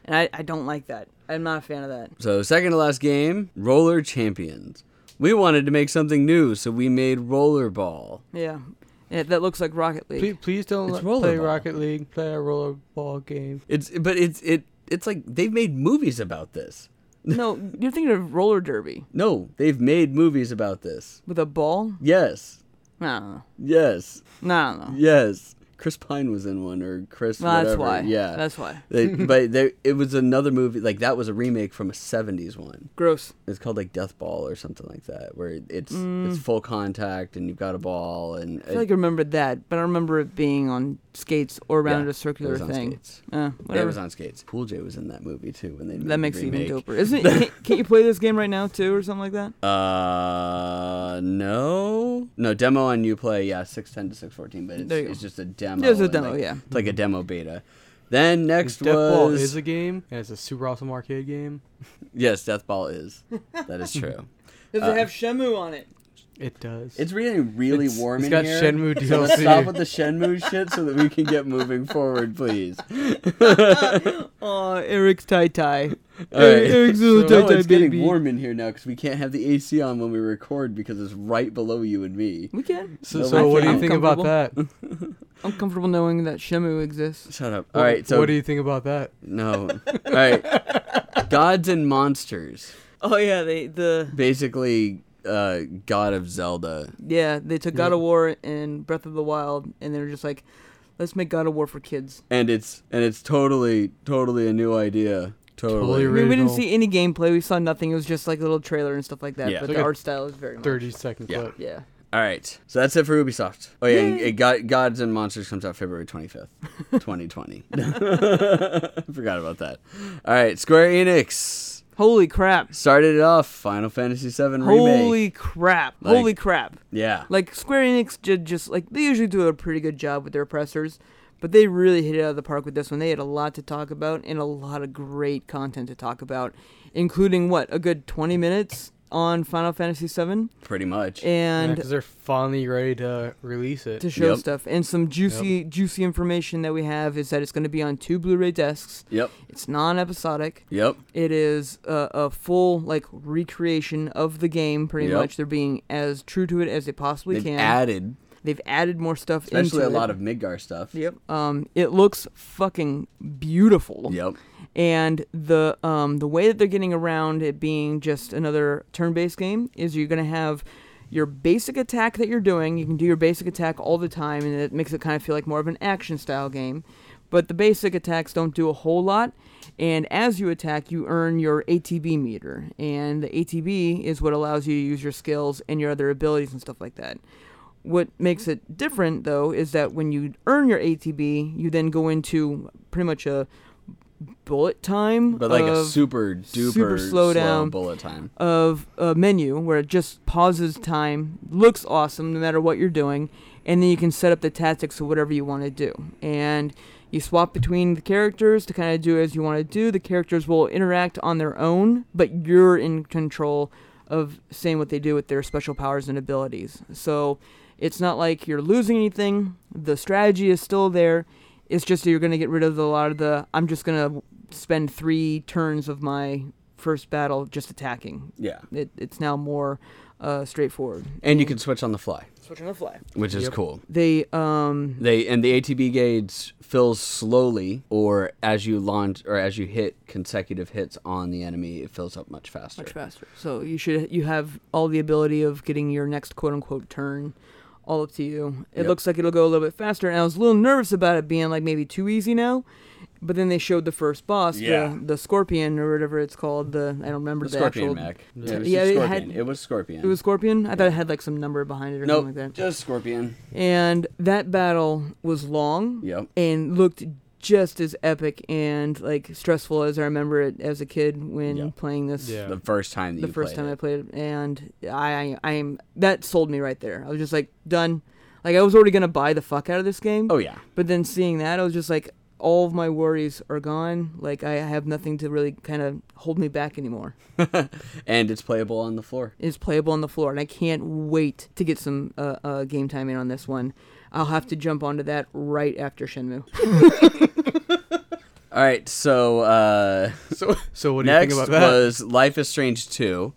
B: And I, I don't like that. I'm not a fan of that.
A: So second to last game, Roller Champions. We wanted to make something new, so we made Rollerball.
B: Yeah, Yeah, that looks like Rocket League.
C: Please, please don't
A: It's
C: let- play
A: rollerball.
C: Rocket League. Play a rollerball game.
A: It's but it's it it's like they've made movies about this.
B: no, you're thinking of roller derby
A: No, they've made movies about this.
B: with a ball.
A: Yes.
B: No,
A: Yes.
B: no, no. no.
A: Yes. Chris Pine was in one or Chris
B: Well, that's
A: whatever.
B: why.
A: Yeah.
B: that's why.
A: they, but they, it was another movie like that was a remake from a 70s one.
B: Gross.
A: it's called like death ball or something like that where it's it's full contact and you've got a ball and
B: Mm. I feel like I remember that, but I remember it being on skates or around
A: Yeah,
B: a circular
A: it was on
B: thing.
A: skates.
B: Uh,
A: it
B: whatever.
A: was on skates pool j was in that movie too when they made
B: that
A: the
B: makes it even
A: remake.
B: doper. Isn't it, can't- can't you play this game right now too, or something like that?
A: uh no no demo on you play yeah 610 to 614 but it's,
B: There you go.
A: it's just a demo
B: There's a
A: and,
B: demo,
A: like-
B: yeah.
A: it's like a demo beta then next
C: Death Ball
A: was
C: is a game, and it's a super awesome arcade game.
A: yes death ball is that is true
B: Does
A: Uh,
B: it have Shemu on it?
C: It does.
A: it's really really
C: It's-
A: warm
C: it's
A: in
C: got
A: here
C: Shenmue
A: so let's stop
C: DLC.
A: with the Shenmue shit so that we can get moving forward please
B: Oh, Eric's tie tie.
A: All right.
B: Eric's little
A: No,
B: tie tie
A: it's getting
B: baby.
A: warm in here now because we can't have the AC on when we record because it's right below you and me.
B: We can.
C: so,
A: No,
C: so
A: I
C: what do
A: think
C: you
A: I'm
C: think about that?
B: comfortable. I'm comfortable knowing that Shemu exists.
A: Shut up. All right, so
C: what do you think about that?
A: no. All right, gods and monsters.
B: Oh yeah, they the
A: Basically, uh, God of Zelda.
B: yeah they took God of War and Breath of the Wild, and they were just like, let's make God of War for kids.
A: and it's and it's totally totally a new idea. Totally.
B: I mean, we didn't
C: Original.
B: see any gameplay. We saw nothing. It was just like a little trailer and stuff like that.
A: Yeah. So
B: But the
C: like a
B: art style is very much.
C: Thirty second
A: Yeah.
C: clip.
B: Yeah.
A: All right, so that's it for Ubisoft. Oh yeah, and it got, Gods and Monsters comes out February twenty fifth, twenty twenty. Forgot about that. All right, Square Enix
B: Holy crap.
A: started it off Final Fantasy VII remake.
B: Holy crap.
A: Like-
B: Holy crap.
A: yeah.
B: Like Square Enix did just like they usually do a pretty good job with their pressers, but they really hit it out of the park with this one. They had a lot to talk about and a lot of great content to talk about, including what a good 20 minutes on Final Fantasy VII
A: Pretty much.
B: and
C: because they're finally ready to release it.
B: to show
A: Yep.
B: stuff. And some juicy juicy information that we have is that it's going to be on two Blu-ray discs.
A: yep.
B: It's non-episodic.
A: Yep.
B: It is a, a full like recreation of the game, pretty
A: Yep.
B: much. They're being as true to it as they possibly
A: They've
B: can.
A: added,
B: They've added more stuff,
A: especially a
B: into
A: lot
B: it.
A: of Midgar stuff.
B: Yep. Um, it looks fucking beautiful.
A: Yep.
B: And the um the way that they're getting around it being just another turn-based game is you're gonna have your basic attack that you're doing. You can do your basic attack all the time, and it makes it kind of feel like more of an action style game. But the basic attacks don't do a whole lot. And as you attack, you earn your ATB meter. And the ATB is what allows you to use your skills and your other abilities and stuff like that. What makes it different, though, is that when you earn your ATB, you then go into pretty much a bullet time.
A: But like a
B: of-
A: super duper
B: super slow
A: slow
B: down.
A: bullet time.
B: of a menu where it just pauses time, looks awesome no matter what you're doing, and then you can set up the tactics of whatever you want to do. And you swap between the characters to kind of do as you want to do. The characters will interact on their own, but you're in control of saying what they do with their special powers and abilities. So it's not like you're losing anything. The strategy is still there. It's just that you're going to get rid of the, a lot of the I'm just going to spend 3 turns of my first battle just attacking
A: Yeah.
B: it, it's now more uh, straightforward.
A: And you can switch on the fly,
B: Switch on the fly.
A: which is
C: Yep.
A: cool.
B: They um
A: They and the ATB gauge fills slowly, or as you launch or as you hit consecutive hits on the enemy, it fills up much faster.
B: much faster. So you should you have all the ability of getting your next quote unquote turn all up to you. It
A: Yep.
B: looks like it'll go a little bit faster, and I was a little nervous about it being like maybe too easy now. But then they showed the first boss,
A: Yeah.
B: the, the scorpion or whatever it's called. The I don't remember
A: The
B: the,
A: scorpion
B: actual.
A: mech.
C: Yeah,
A: it was
B: yeah,
A: just
B: it had-
A: scorpion. It was scorpion.
B: It was scorpion. I thought it had like some number behind it or
A: nope,
B: something like that.
A: just scorpion.
B: And that battle was long.
A: Yep.
B: and looked just as epic and like stressful as I remember it as a kid when
A: Yeah.
B: playing this
C: Yeah.
A: The first time that
B: the
A: you
B: first
A: played
B: time I
A: it.
B: played it. And I, I I'm that sold me right there. I was just like done. Like I was already gonna buy the fuck out of this game,
A: Oh yeah.
B: but then seeing that, I was just like, all of my worries are gone. Like I have nothing to really kind of hold me back anymore.
A: And it's playable on the floor.
B: It's playable on the floor, and I can't wait to get some uh, uh, game time in on this one. I'll have to jump onto that right after Shenmue.
A: All right, so uh
C: So, so what do
A: next
C: you think about that?
A: was Life is Strange 2,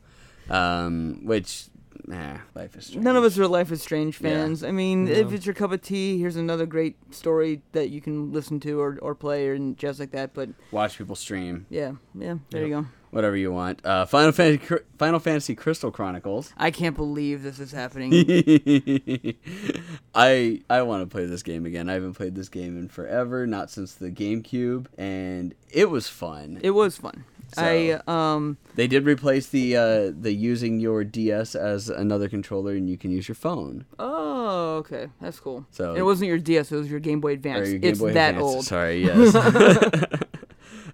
A: um which nah, Life is Strange.
B: None of us are Life is Strange
A: Yeah.
B: fans. I mean, if
C: No.
B: it's your cup of tea, here's another great story that you can listen to or, or play and just like that. But
A: watch people stream.
B: yeah, yeah, there you go.
A: whatever you want. Uh, Final Fantasy, Cr- Final Fantasy Crystal Chronicles.
B: I can't believe this is happening.
A: I I want to play this game again. I haven't played this game in forever, not since the GameCube, and it was fun.
B: it was fun. I um
A: They did replace the uh, the using your DS as another controller, and you can use your phone.
B: oh okay that's cool.
A: So-
B: And it wasn't your DS, it was your Game Boy
A: Or
B: Advance.
A: your Game
B: it's
A: Boy
B: that
A: Advance,
B: old.
A: Sorry, yes.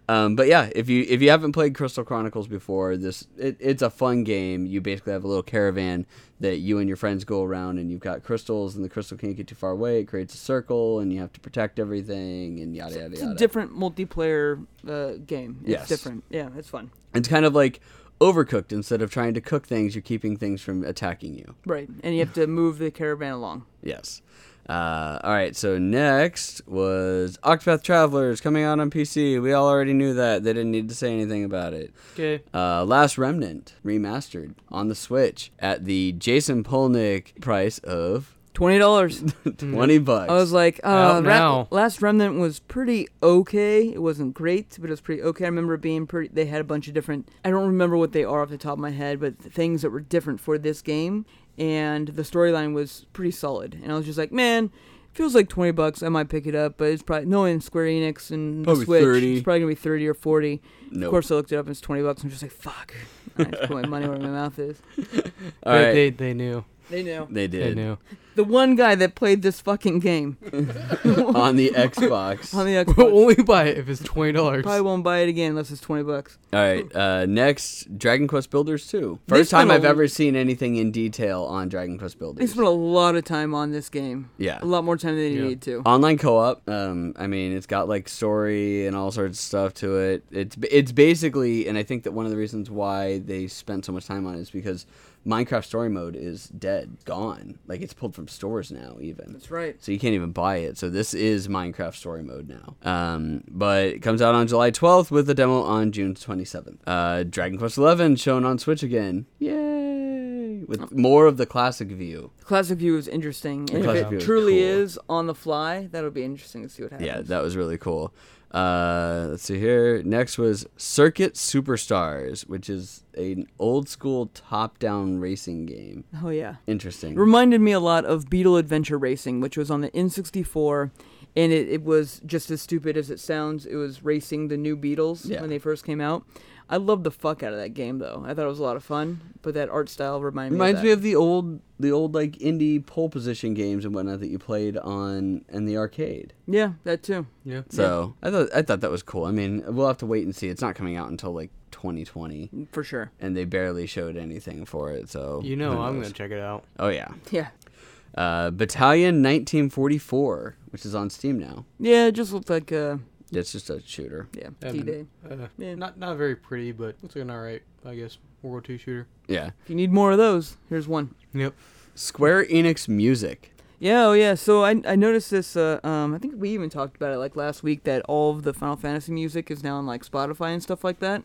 A: Um, but yeah, if you if you haven't played Crystal Chronicles before, this it, it's a fun game. You basically have a little caravan that you and your friends go around, and you've got crystals, and the crystal can't get too far away. It creates a circle, and you have to protect everything, and yada yada
B: It's
A: yada.
B: a different multiplayer uh, game. It's
A: Yes.
B: different. Yeah, it's fun.
A: it's kind of like overcooked. Instead of trying to cook things, you're keeping things from attacking you.
B: Right, and you have to move the caravan along.
A: Yes. Uh, all right. So next was Octopath Travelers coming out on PC. We all already knew that. They didn't need to say anything about it.
C: okay.
A: Uh, Last Remnant remastered on the Switch at the Jason Polnick price of
B: Twenty dollars.
A: twenty bucks.
B: I was like, uh,
C: Out
B: Ra-
C: now.
B: Last Remnant was pretty okay. It wasn't great, but it was pretty okay. I remember it being pretty. They had a bunch of different. I don't remember what they are off the top of my head, but th- things that were different for this game, and the storyline was pretty solid. And I was just like, man. Feels like twenty bucks. I might pick it up, but it's probably no in Square Enix and the
A: Probably
B: Switch.
A: 30.
B: It's probably gonna be thirty or forty.
A: no.
B: Of course, I looked it up and it's twenty bucks. I'm just like, fuck. I have to put my money where my mouth is.
A: all
C: they,
A: right. They,
C: they, they knew.
B: They know.
C: They
A: did
C: knew.
B: The one guy that played this fucking game
A: on the Xbox.
B: on the
C: We'll
B: Xbox
C: only buy it if it's twenty dollars.
B: probably won't buy it again unless it's twenty bucks.
A: all right. Uh, next, Dragon Quest Builders two.
B: They
A: First time
B: spent a
A: I've
B: l-
A: ever seen anything in detail on Dragon Quest
B: They
A: Builders.
B: spent a lot of time on this game.
A: yeah.
B: A lot more time than they
C: Yeah.
B: needed to.
A: Online co-op. Um, I mean, it's got like story and all sorts of stuff to it. It's it's basically, and I think that one of the reasons why they spent so much time on it is because Minecraft Story Mode is dead, gone. Like it's pulled from stores now, even.
B: That's right.
A: so you can't even buy it. So this is Minecraft Story Mode now. Um, but it comes out on July 12th with the demo on June 27th. Uh, Dragon Quest 11 shown on Switch again. Yay! With more of the classic view.
B: Classic View is interesting. And
A: Classic
B: if
A: View
B: it
A: is
B: truly
A: cool.
B: is on the fly, that'll be interesting to see what happens.
A: Yeah, that was really cool. Uh, let's see here. Next was Circuit Superstars, which is an old school top down racing game.
B: oh yeah.
A: Interesting.
B: Reminded me a lot of Beetle Adventure Racing, which was on the N64 and it, it was just as stupid as it sounds. It was racing the new Beatles
A: Yeah.
B: when they first came out. I loved the fuck out of that game though. I thought it was a lot of fun, but that art style reminded
A: Reminds
B: me
A: me
B: of
A: of the old, the old like indie pole position games and whatnot that you played on in the arcade.
B: that. yeah, that too.
C: Yeah.
A: So I thought I thought that was cool. I mean, we'll have to wait and see. It's not coming out until like 2020,
B: For sure.
A: and they barely showed anything for it. So
C: You know,
A: who
C: I'm
A: knows?
C: gonna check it out.
A: Oh yeah,
B: Yeah.
A: uh, Battalion 1944, which is on Steam now.
B: Yeah, it just looked like uh
A: It's just a shooter.
B: yeah,
C: Yeah,
B: T Day.
C: Uh,
B: Yeah.
C: Not not very pretty, but looks like an alright, I guess. World War Two shooter.
A: Yeah.
B: If you need more of those, here's one.
C: Yep.
A: Square Enix Music.
B: Yeah, oh yeah. So I I noticed this. Uh, um, I think we even talked about it like last week that all of the Final Fantasy music is now on like Spotify and stuff like that.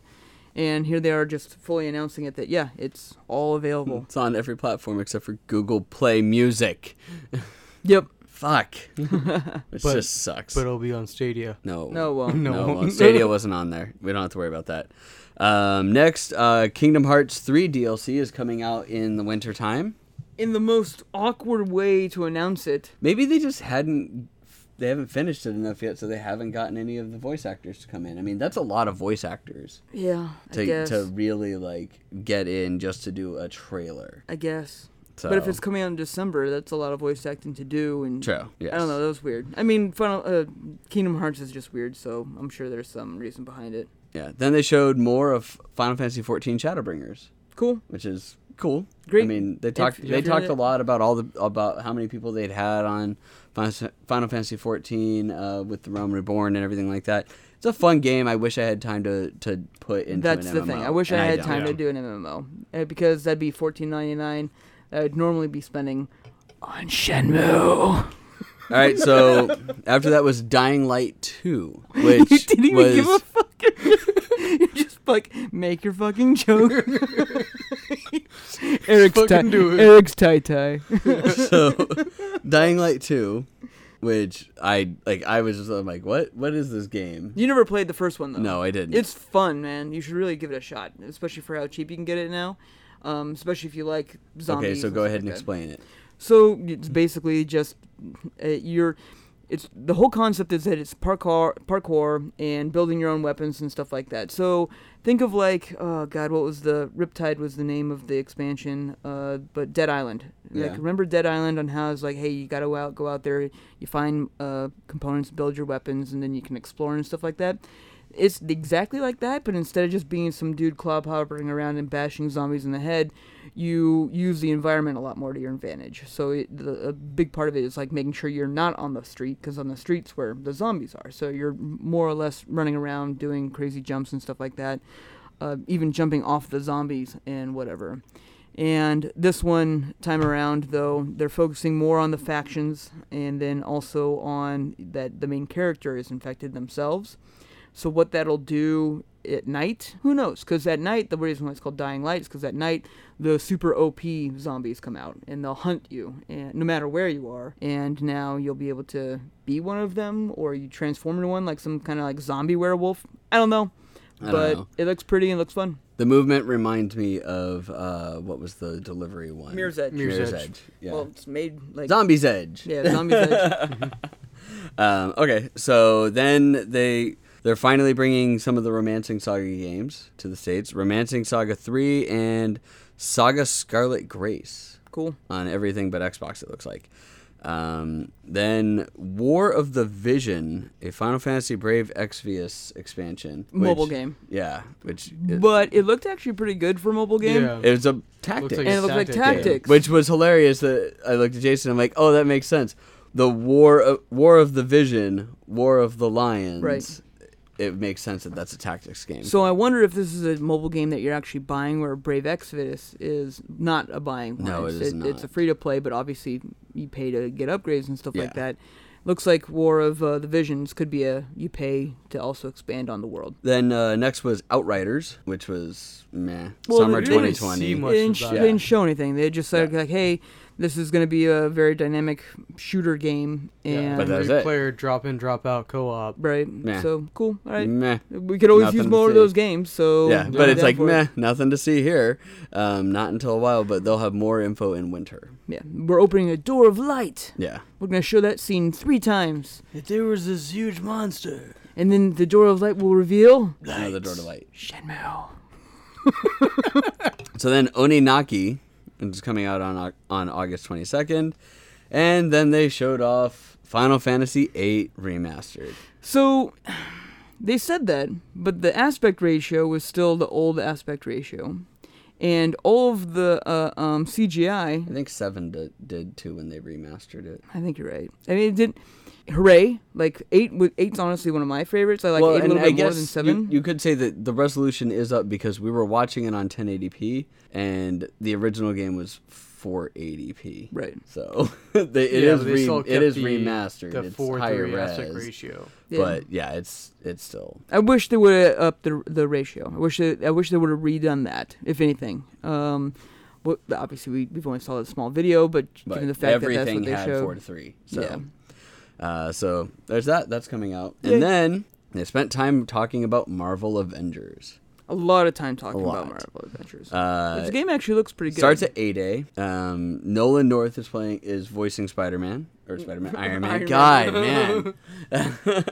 B: And here they are just fully announcing it that yeah, it's all available.
A: It's on every platform except for Google Play Music. Hmm.
B: yep.
A: Fuck. Which
C: But-
A: just sucks.
C: But it'll be on Stadia.
A: no.
B: No, well,
C: No.
A: No, well, Stadia wasn't on there. We don't have to worry about that. Um, next, uh, Kingdom Hearts 3 DLC is coming out in the winter time.
B: in the most awkward way to announce it.
A: Maybe they just hadn't they haven't finished it enough yet, so they haven't gotten any of the voice actors to come in. I mean, that's a lot of voice actors
B: Yeah, I
A: to
B: guess.
A: to really like get in just to do a trailer.
B: I guess.
A: So.
B: But if it's coming out in December, that's a lot of voice acting to do and.
A: true, yes.
B: I don't know. That was weird. I mean, Final, uh, Kingdom Hearts is just weird, so I'm sure there's some reason behind it.
A: Yeah. Then they showed more of Final Fantasy 14 Shadowbringers.
B: Cool.
A: which is cool. I
B: Great.
A: mean, they talked
B: If-
A: they
B: if-
A: talked a lot about all the about how many people they'd had on Final Final Fantasy 14 uh, with the Realm Reborn and everything like that. It's a fun game. I wish I had time to to put into
B: That's
A: an
B: the
A: MMO,
B: thing. I wish I
A: and
B: had
A: don't.
B: time to
C: Yeah.
B: do an MMO uh, because that'd be fourteen ninety nine. I'd normally be spending on Shenmue.
A: All right, so after that was Dying Light 2, which
B: you didn't even
A: was
B: give a fuck. you just like make your fucking joke. Eric's
C: Fucking
B: tie.
C: do it.
B: Eric's tie tie.
A: so Dying Light 2, which I like I was just I'm like what what is this game?
B: You never played the first one though.
A: No, I didn't.
B: It's fun, man. You should really give it a shot, especially for how cheap you can get it now. Um, especially if you like zombies.
A: okay, so go
B: stuff
A: ahead and
B: like that.
A: explain it.
B: So it's basically just uh, you're. It's the whole concept is that it's parkour, parkour, and building your own weapons and stuff like that. So think of like, oh god, what was the Riptide was the name of the expansion, uh, but Dead Island. Like
A: Yeah.
B: remember Dead Island on how it's like, hey, you gotta out, go out there, you find uh, components, build your weapons, and then you can explore and stuff like that. It's exactly like that, but instead of just being some dude clop hopping around and bashing zombies in the head, you use the environment a lot more to your advantage. So it, the, a big part of it is like making sure you're not on the street, because on the streets where the zombies are. So you're more or less running around doing crazy jumps and stuff like that, uh, even jumping off the zombies and whatever. And this one time around, though, they're focusing more on the factions and then also on that the main character is infected themselves. So what that'll do at night, who knows? Because at night, the reason why it's called Dying Light is because at night the super OP zombies come out and they'll hunt you, and no matter where you are. And now you'll be able to be one of them, or you transform into one, like some kind of like zombie werewolf. I don't know,
A: don't
B: but
A: know.
B: it looks pretty and looks fun.
A: The movement reminds me of uh, what was the delivery one?
B: Mirror's Edge.
A: Mirror's,
C: Mirror's
A: Edge.
C: Edge.
A: Yeah.
B: Well, it's made like
A: Zombies Edge.
B: yeah, zombies. Edge.
A: Um, okay, so then they they're finally bringing some of the Romancing Saga games to the states. Romancing Saga three and Saga Scarlet Grace
B: Cool.
A: on everything but Xbox. It looks like. Um, then War of the Vision, a Final Fantasy Brave Exvius expansion, which-
B: Mobile game.
A: Yeah, which it,
B: But it looked actually pretty good for a mobile game.
C: Yeah.
A: it was a tactic.
B: And it looked like
C: Tactics.
A: Yeah.
B: tactics.
A: Which was hilarious that I looked at Jason. I'm like, oh, that makes sense. The war, of, war of the vision, war of the lions.
B: Right.
A: It makes sense that that's a tactics game.
B: So I wonder if this is a mobile game that you're actually buying, where Brave Exvius is not a buying. one.
A: No, it
B: it's,
A: is
B: It's a
A: not.
B: free to play, but obviously you pay to get upgrades and stuff like
A: Yeah.
B: that. Looks like War of uh, the Visions could be a you pay to also expand on the world.
A: then uh, next was Outriders, which was meh.
B: Well,
A: Summer
B: they didn't
C: see
A: 2020.
C: much.
B: They didn't,
C: of
B: sh-
C: that.
B: they didn't show anything. They just said
A: Yeah.
B: like, "Hey, this is going to be a very dynamic shooter game. And
A: But that was
C: three
A: it.
C: player drop in, drop out co op.
B: right,
A: Meh.
B: so cool. All right,
A: Meh.
B: we could always
A: Nothing
B: use
A: to
B: more of
A: see.
B: those games. So
A: Yeah,
B: I'm
A: but it's
B: down
A: like
B: for it.
A: meh, nothing to see here. Um, not until a while, but they'll have more info in winter.
B: yeah, we're opening a door of light.
A: Yeah,
B: We're going to show that scene three times,
C: There was this huge monster.
B: and then the door of light will reveal
A: another door to light.
B: Shenmue.
A: So then Oninaki is coming out on Au- on August 22nd, and then they showed off Final Fantasy VIII remastered.
B: So they said that, but the aspect ratio was still the old aspect ratio. And all of the uh, um, CGI,
A: I think Seven did, did too when they remastered it.
B: I think you're right. I mean, it didn't. Hooray! Like eight, wa- eight's honestly one of my favorites. I like eight a little bit more than seven.
A: You, you could say that the resolution is up because we were watching it on 1080p, and the original game was 480p.
B: right.
A: So they, it
C: Yeah,
A: is
C: but they
A: re-
C: still
A: it
C: kept
A: is
C: the-
A: remastered.
C: The
A: it's
C: four
A: higher
C: three aspect
A: res,
C: ratio.
B: Yeah.
A: but yeah, it's it's still
B: I wish they would have upped the the ratio. I wish they, I wish they would have redone that, if anything. Um, well, obviously we we've only saw a small video, but,
A: but
B: given the fact that
A: everything
B: that's what they
A: had
B: showed,
A: four to three. So
B: Yeah.
A: uh, so there's that. That's coming out,
B: Yay.
A: and then they spent time talking about Marvel Avengers.
B: a lot of time talking
A: lot.
B: about Marvel Adventures.
A: Uh,
B: this game actually looks pretty good.
A: Starts at eight a. Um, Nolan North is playing is voicing Spider Man or Spider Man Iron Man.
B: Iron Man.
A: God man.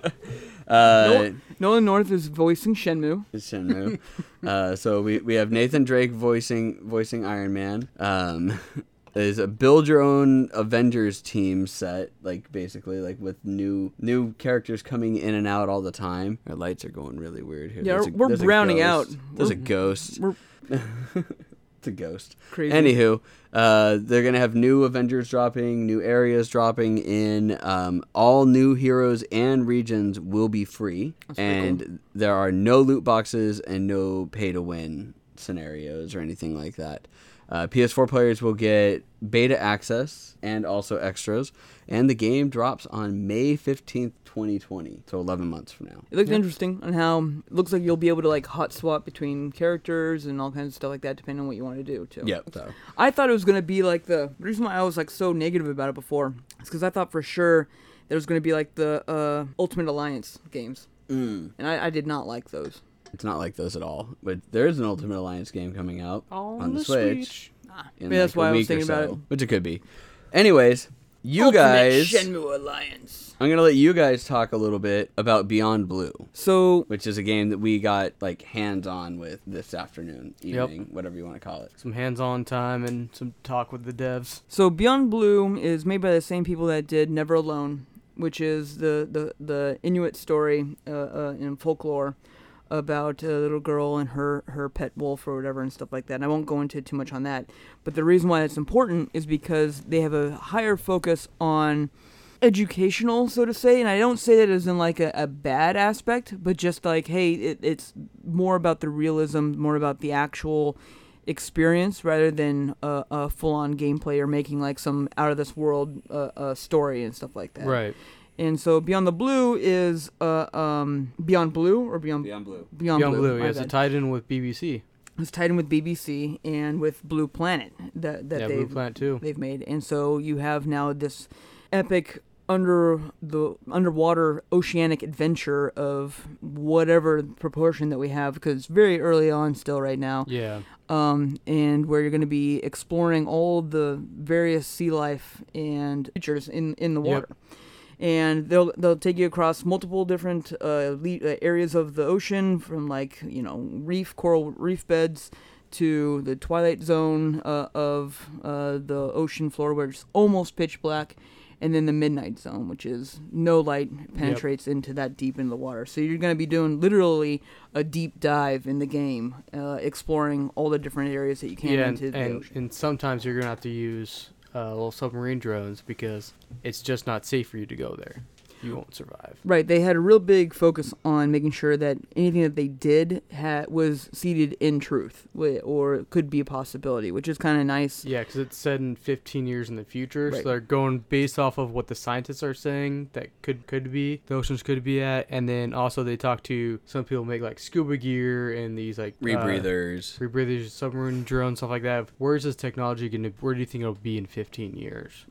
A: uh,
B: Nol- Nolan North is voicing Shenmue.
A: is Shenmue. uh, so we, we have Nathan Drake voicing voicing Iron Man. Um, is a build your own Avengers team set, like basically like with new new characters coming in and out all the time. Our lights are going really weird here.
B: Yeah,
A: There's a-
B: we're
A: there's a
B: browning
A: ghost.
B: out.
A: There's a
B: We're-
A: ghost.
B: We're
A: It's a ghost.
B: crazy.
A: Anywho, uh, they're gonna have new Avengers dropping, new areas dropping in. Um, all new heroes and regions will be free,
B: pretty
A: and there are no loot boxes and no pay to win scenarios or anything like that. Uh, PS4 players will get beta access and also extras, and the game drops on May fifteenth, twenty twenty. So eleven months from now.
B: It looked interesting on how it looks like you'll be able to like hot swap between characters and all kinds of stuff like that, depending on what you want to do too.
A: Yep. So
B: I thought it was gonna be like the, the reason why I was like so negative about it before is because I thought for sure there was gonna be like the uh, Ultimate Alliance games, mm. and I, I did not like those.
A: it's not like those at all. But there is an Ultimate Alliance game coming out on, the Switch. in
B: Ah, Maybe
A: like,
B: that's
A: a
B: why I was
A: week or
B: thinking about
A: so,
B: it.
A: Which it could be. Anyways, you
B: Ultimate
A: guys,
B: Shenmue Alliance.
A: I'm gonna let you guys talk a little bit about Beyond Blue,
B: So
A: which is a game that we got like hands on with this afternoon, evening, whatever you want to call it.
C: Some hands on time and some talk with the devs.
B: So Beyond Blue is made by the same people that did Never Alone, which is the the, the Inuit story uh, uh, in folklore about a little girl and her her pet wolf or whatever and stuff like that. And I won't go into too much on that. But the reason why it's important is because they have a higher focus on educational so to say and i don't say that as in like a, a bad aspect but just like hey it, it's more about the realism more about the actual experience rather than a, a full-on gameplay or making like some out of this world uh, uh, story and stuff like that
C: Right.
B: and so beyond the blue is uh, um, beyond blue or beyond beyond,
A: Beyond Blue.
C: Young Blue,
B: My
C: yes, it
B: bad.
C: tied in with BBC.
B: it's tied in with bbc and with blue planet that, that
C: yeah,
B: they
C: Blue Planet too.
B: they've made and so you have now this epic under the underwater oceanic adventure of whatever proportion that we have because it's very early on still right now
C: Yeah.
B: um, and where you're going to be exploring all the various sea life and creatures in in the
C: Yep.
B: water. And they'll they'll take you across multiple different uh, le- uh, areas of the ocean, from like you know reef coral reef beds to the twilight zone uh, of uh, the ocean floor, where it's almost pitch black, and then the midnight zone, which is no light penetrates into that deep into the water. So you're going to be doing literally a deep dive in the game, uh, exploring all the different areas that you can
C: Yeah, and,
B: into the
C: and,
B: ocean.
C: and sometimes you're gonna have to use uh, little submarine drones because it's just not safe for you to go there. you won't survive.
B: Right, they had a real big focus on making sure that anything that they did ha- was seeded in truth wi- or could be a possibility, which is kind of nice.
C: Yeah, because it's said in 15 years in the future,
B: Right.
C: so they're going based off of what the scientists are saying that could could be the oceans could be at, and then also they talk to some people make like scuba gear and these like uh,
A: Rebreathers.
C: rebreathers, submarine drones, stuff like that. Where's this technology going to? Where do you think it'll be in 15 years?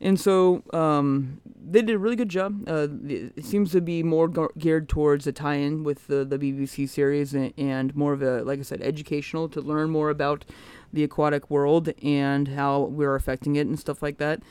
B: And so um, they did a really good job. Uh, the- it seems to be more gar- geared towards a tie-in with the, the BBC series and, and more of a, like I said, educational to learn more about the aquatic world and how we're affecting it and stuff like that.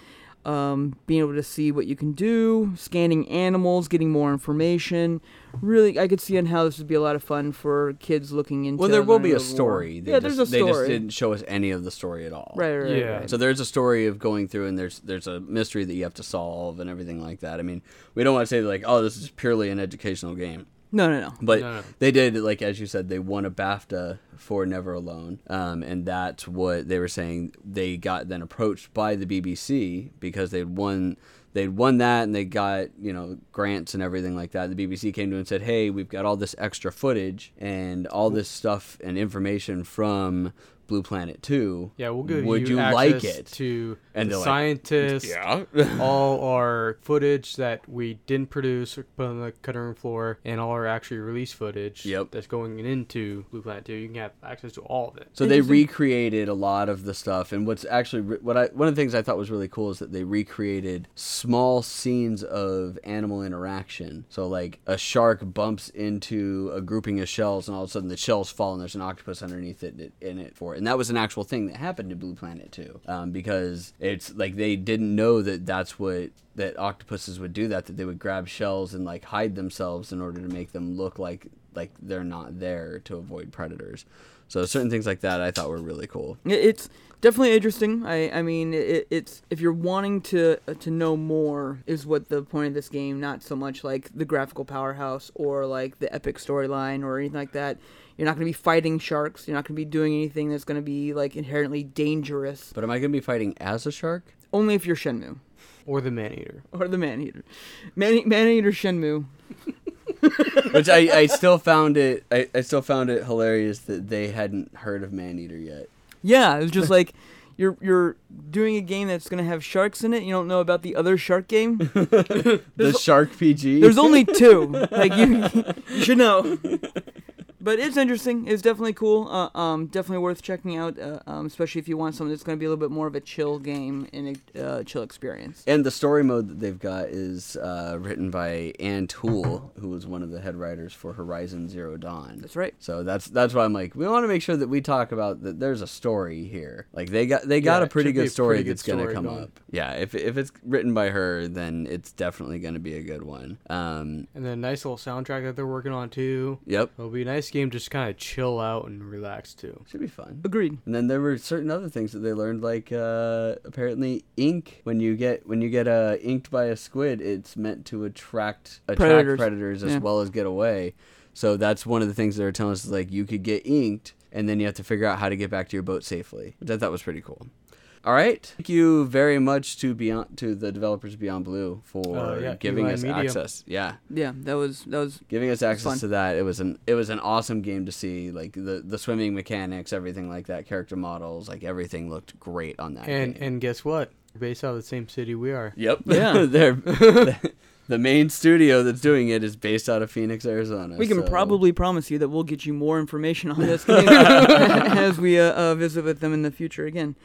B: Um, being able to see what you can do, scanning animals, getting more information. Really, I could see on how this would be a lot of fun for kids looking into.
A: well, there will be a
B: learning about the war.
A: story. They
B: yeah,
A: just,
B: there's a story.
A: They just didn't show us any of the story at all.
B: Right, right,
C: Yeah.
B: right.
A: So there's a story of going through, and there's there's a mystery that you have to solve and everything like that. I mean, we don't want to say like, oh, this is purely an educational game,
B: no, no, no.
A: but
C: No, no.
A: they did like as you said, they won a BAFTA for Never Alone, um, and that's what they were saying. They got then approached by the BBC because they'd won they'd won that, and they got you know grants and everything like that. The BBC came to them and said, hey, we've got all this extra footage and all this stuff and information from. Blue Planet 2.
C: Yeah, we'll give
A: Would
C: you,
A: like
C: access
A: it?
C: to
A: And
C: the
A: they're like,
C: scientists,
A: yeah.
C: all our footage that we didn't produce or put on the cutting room floor, and all our actually released footage
A: Yep.
C: that's going into Blue Planet 2. You can have access to all of it.
A: So they recreated a lot of the stuff, and what's actually re- what I one of the things I thought was really cool is that they recreated small scenes of animal interaction. So like a shark bumps into a grouping of shells, and all of a sudden the shells fall, and there's an octopus underneath it it- in it for it. And that was an actual thing that happened to Blue Planet too, um, because it's like they didn't know that that's what that octopuses would do that that they would grab shells and like hide themselves in order to make them look like like they're not there to avoid predators. So certain things like that I thought were really cool.
B: It- It's definitely interesting. I, I mean, it, it's if you're wanting to uh, to know more, is what the point of this game. Not so much like the graphical powerhouse or like the epic storyline or anything like that. You're not going to be fighting sharks. You're not going to be doing anything that's going to be like inherently dangerous.
A: But am I going to be fighting as a shark?
B: Only if you're Shenmue
C: Or the Man Eater.
B: or the man eater, man, man eater Shenmue.
A: Which I, I still found it I, I still found it hilarious that they hadn't heard of Man Eater yet.
B: Yeah, it was just like. You're, you're doing a game that's gonna have sharks in it. You don't know about the other shark game.
A: The Shark PG.
B: There's only two. Like you, you should know. But it's interesting. It's definitely cool. Uh, um, definitely worth checking out, uh, um, especially if you want something that's going to be a little bit more of a chill game and a uh, chill experience.
A: and the story mode that they've got is uh, written by Ann Toole, who was one of the head writers for Horizon Zero Dawn.
B: That's right.
A: So that's that's why I'm like, we want to make sure that we talk about that. There's a story here. Like they got they got a
C: Yeah, it
A: pretty
C: should be a
A: good story
C: pretty good
A: that's gonna
C: story
A: come
C: going.
A: up. Yeah, if if it's written by her, then it's definitely gonna be a good one. Um,
C: And then a nice little soundtrack that they're working on, too.
A: yep,
C: It'll be a nice game just kind of chill out and relax, too.
A: should be fun.
B: Agreed.
A: And then there were certain other things that they learned, like uh, apparently ink. When you get when you get uh, inked by a squid, it's meant to attract attract
B: Predators.
A: predators, as
B: Yeah.
A: well as get away. So that's one of the things they're telling us is like you could get inked, and then you have to figure out how to get back to your boat safely, which I thought was pretty cool. All right, thank you very much to Beyond to the developers Beyond Blue for
C: Uh, yeah,
A: giving
C: Eli
A: us
C: Media.
A: access. Yeah,
B: Yeah, that was that was
A: giving us
B: fun.
A: access to that it was an it was an awesome game to see like the the swimming mechanics everything like that character models like everything looked great on that
C: And
A: game.
C: and guess what? Based out of the same city we are.
A: yep
B: Yeah.
A: they're the, main studio that's doing it is based out of phoenix arizona
B: We can
A: so-
B: probably promise you that we'll get you more information on this game as we uh, uh, visit with them in the future again.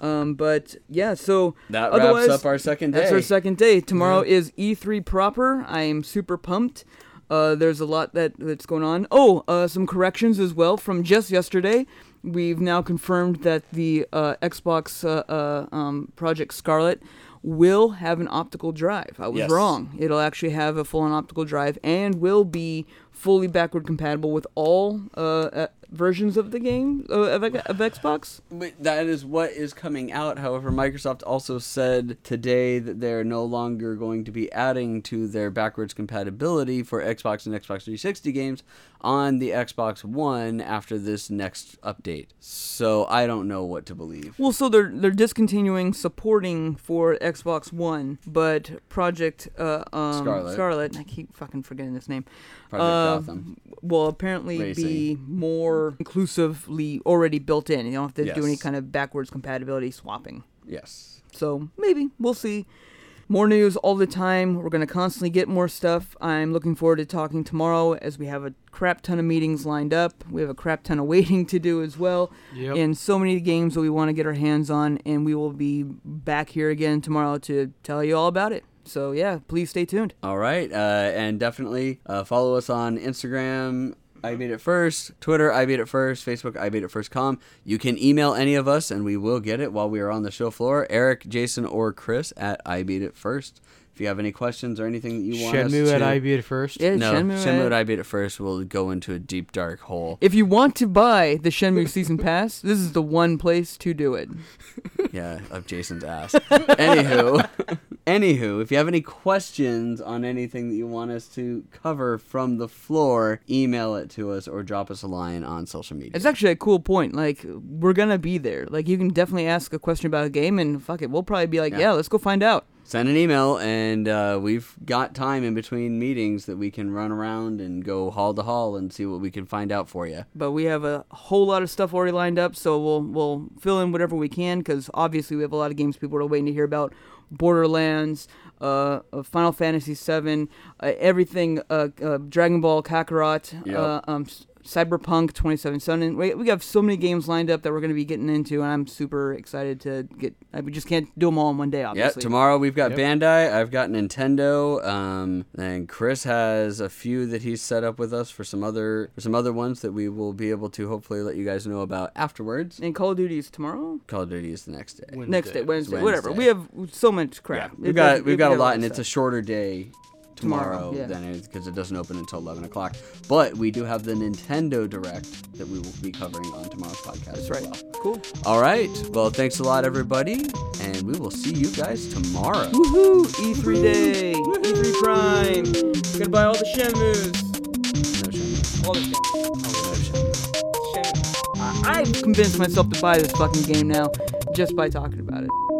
B: Um, but yeah, so
A: that
B: otherwise-
A: wraps up our second day
B: That's our second day. Tomorrow is E3 proper. I am super pumped. Uh, there's a lot that that's going on. Oh, uh, some corrections as well from just yesterday. We've now confirmed that the uh, Xbox uh, uh, um, Project Scarlet will have an optical drive. I was
A: Yes.
B: wrong. It'll actually have a full-on optical drive and will be fully backward compatible with all uh, uh, versions of the game uh, of, of Xbox.
A: But that is what is coming out. However, Microsoft also said today that they're no longer going to be adding to their backwards compatibility for Xbox and Xbox 360 games on the Xbox One after this next update. So I don't know what to believe.
B: Well, so they're they're discontinuing supporting for Xbox One, but Project uh, um,
A: Scarlet.
B: I keep fucking forgetting this name.
A: Project
B: uh,
A: Gotham.
B: Will apparently be
A: Racing.
B: more inclusively already built in. You don't have to do any
A: Yes.
B: kind of backwards compatibility swapping.
A: Yes.
B: So maybe we'll see. More news all the time. We're going to constantly get more stuff. I'm looking forward to talking tomorrow as we have a crap ton of meetings lined up. We have a crap ton of waiting to do as well.
C: Yep.
B: And so many games that we want to get our hands on. And we will be back here again tomorrow to tell you all about it. So yeah, please stay tuned.
A: All right, uh, and definitely uh, follow us on Instagram. I made it first. Twitter, I made it first. Facebook, I made it first. Com. You can email any of us, and we will get it while we are on the show floor. Eric, Jason, or Chris at I made it first. If you have any questions or anything that you want us
C: Shenmue
A: to,
C: at IB at first.
B: Yeah,
A: no,
B: Shenmue,
A: Shenmue
B: right?
A: at I made it first will go into a deep dark hole.
B: If you want to buy the Shenmue season pass, this is the one place to do it.
A: yeah, up Jason's ass. anywho, anywho, if you have any questions on anything that you want us to cover from the floor, email it to us or drop us a line on social media.
B: It's actually a cool point. Like we're gonna be there. Like you can definitely ask a question about a game, and fuck it, we'll probably be like,
A: Yeah.
B: yeah, let's go find out.
A: Send an email, and uh, we've got time in between meetings that we can run around and go hall to hall and see what we can find out for you.
B: But we have a whole lot of stuff already lined up, so we'll we'll fill in whatever we can because obviously we have a lot of games people are waiting to hear about. Borderlands, uh, uh, Final Fantasy VII, uh, everything, uh, uh, Dragon Ball Kakarot,
A: Yep.
B: uh, um, S- Cyberpunk 2077. We, we have so many games lined up that we're going to be getting into, and I'm super excited to get. I, we just can't do them all in one day,
A: Yeah,
B: obviously.
A: tomorrow we've got
C: Yep.
A: Bandai. I've got Nintendo. Um, and Chris has a few that he's set up with us for some other for some other ones that we will be able to hopefully let you guys know about afterwards.
B: And Call of Duty is tomorrow?
A: Call of Duty is the next day.
C: Win.
B: next day, Wednesday,
A: Wednesday.
B: whatever. We have so much
A: Yeah,
B: crap.
A: we've got we've got a lot, and it's a
B: stuff.
A: shorter day tomorrow,
B: Tomorrow, yeah.
A: than it because it doesn't open until eleven o'clock. But we do have the Nintendo Direct that we will be covering on tomorrow's podcast.
B: That's
A: as
B: right.
A: well.
B: Cool.
A: All right. Well, thanks a lot, everybody, and we will see you guys tomorrow.
B: Woohoo! E3 day, E3 Prime. We're gonna buy all the Shenmues.
A: No shame.
B: All the Shenmues.
A: No shame.
B: Shenmues. I- I've convinced myself to buy this fucking game now just by talking about it.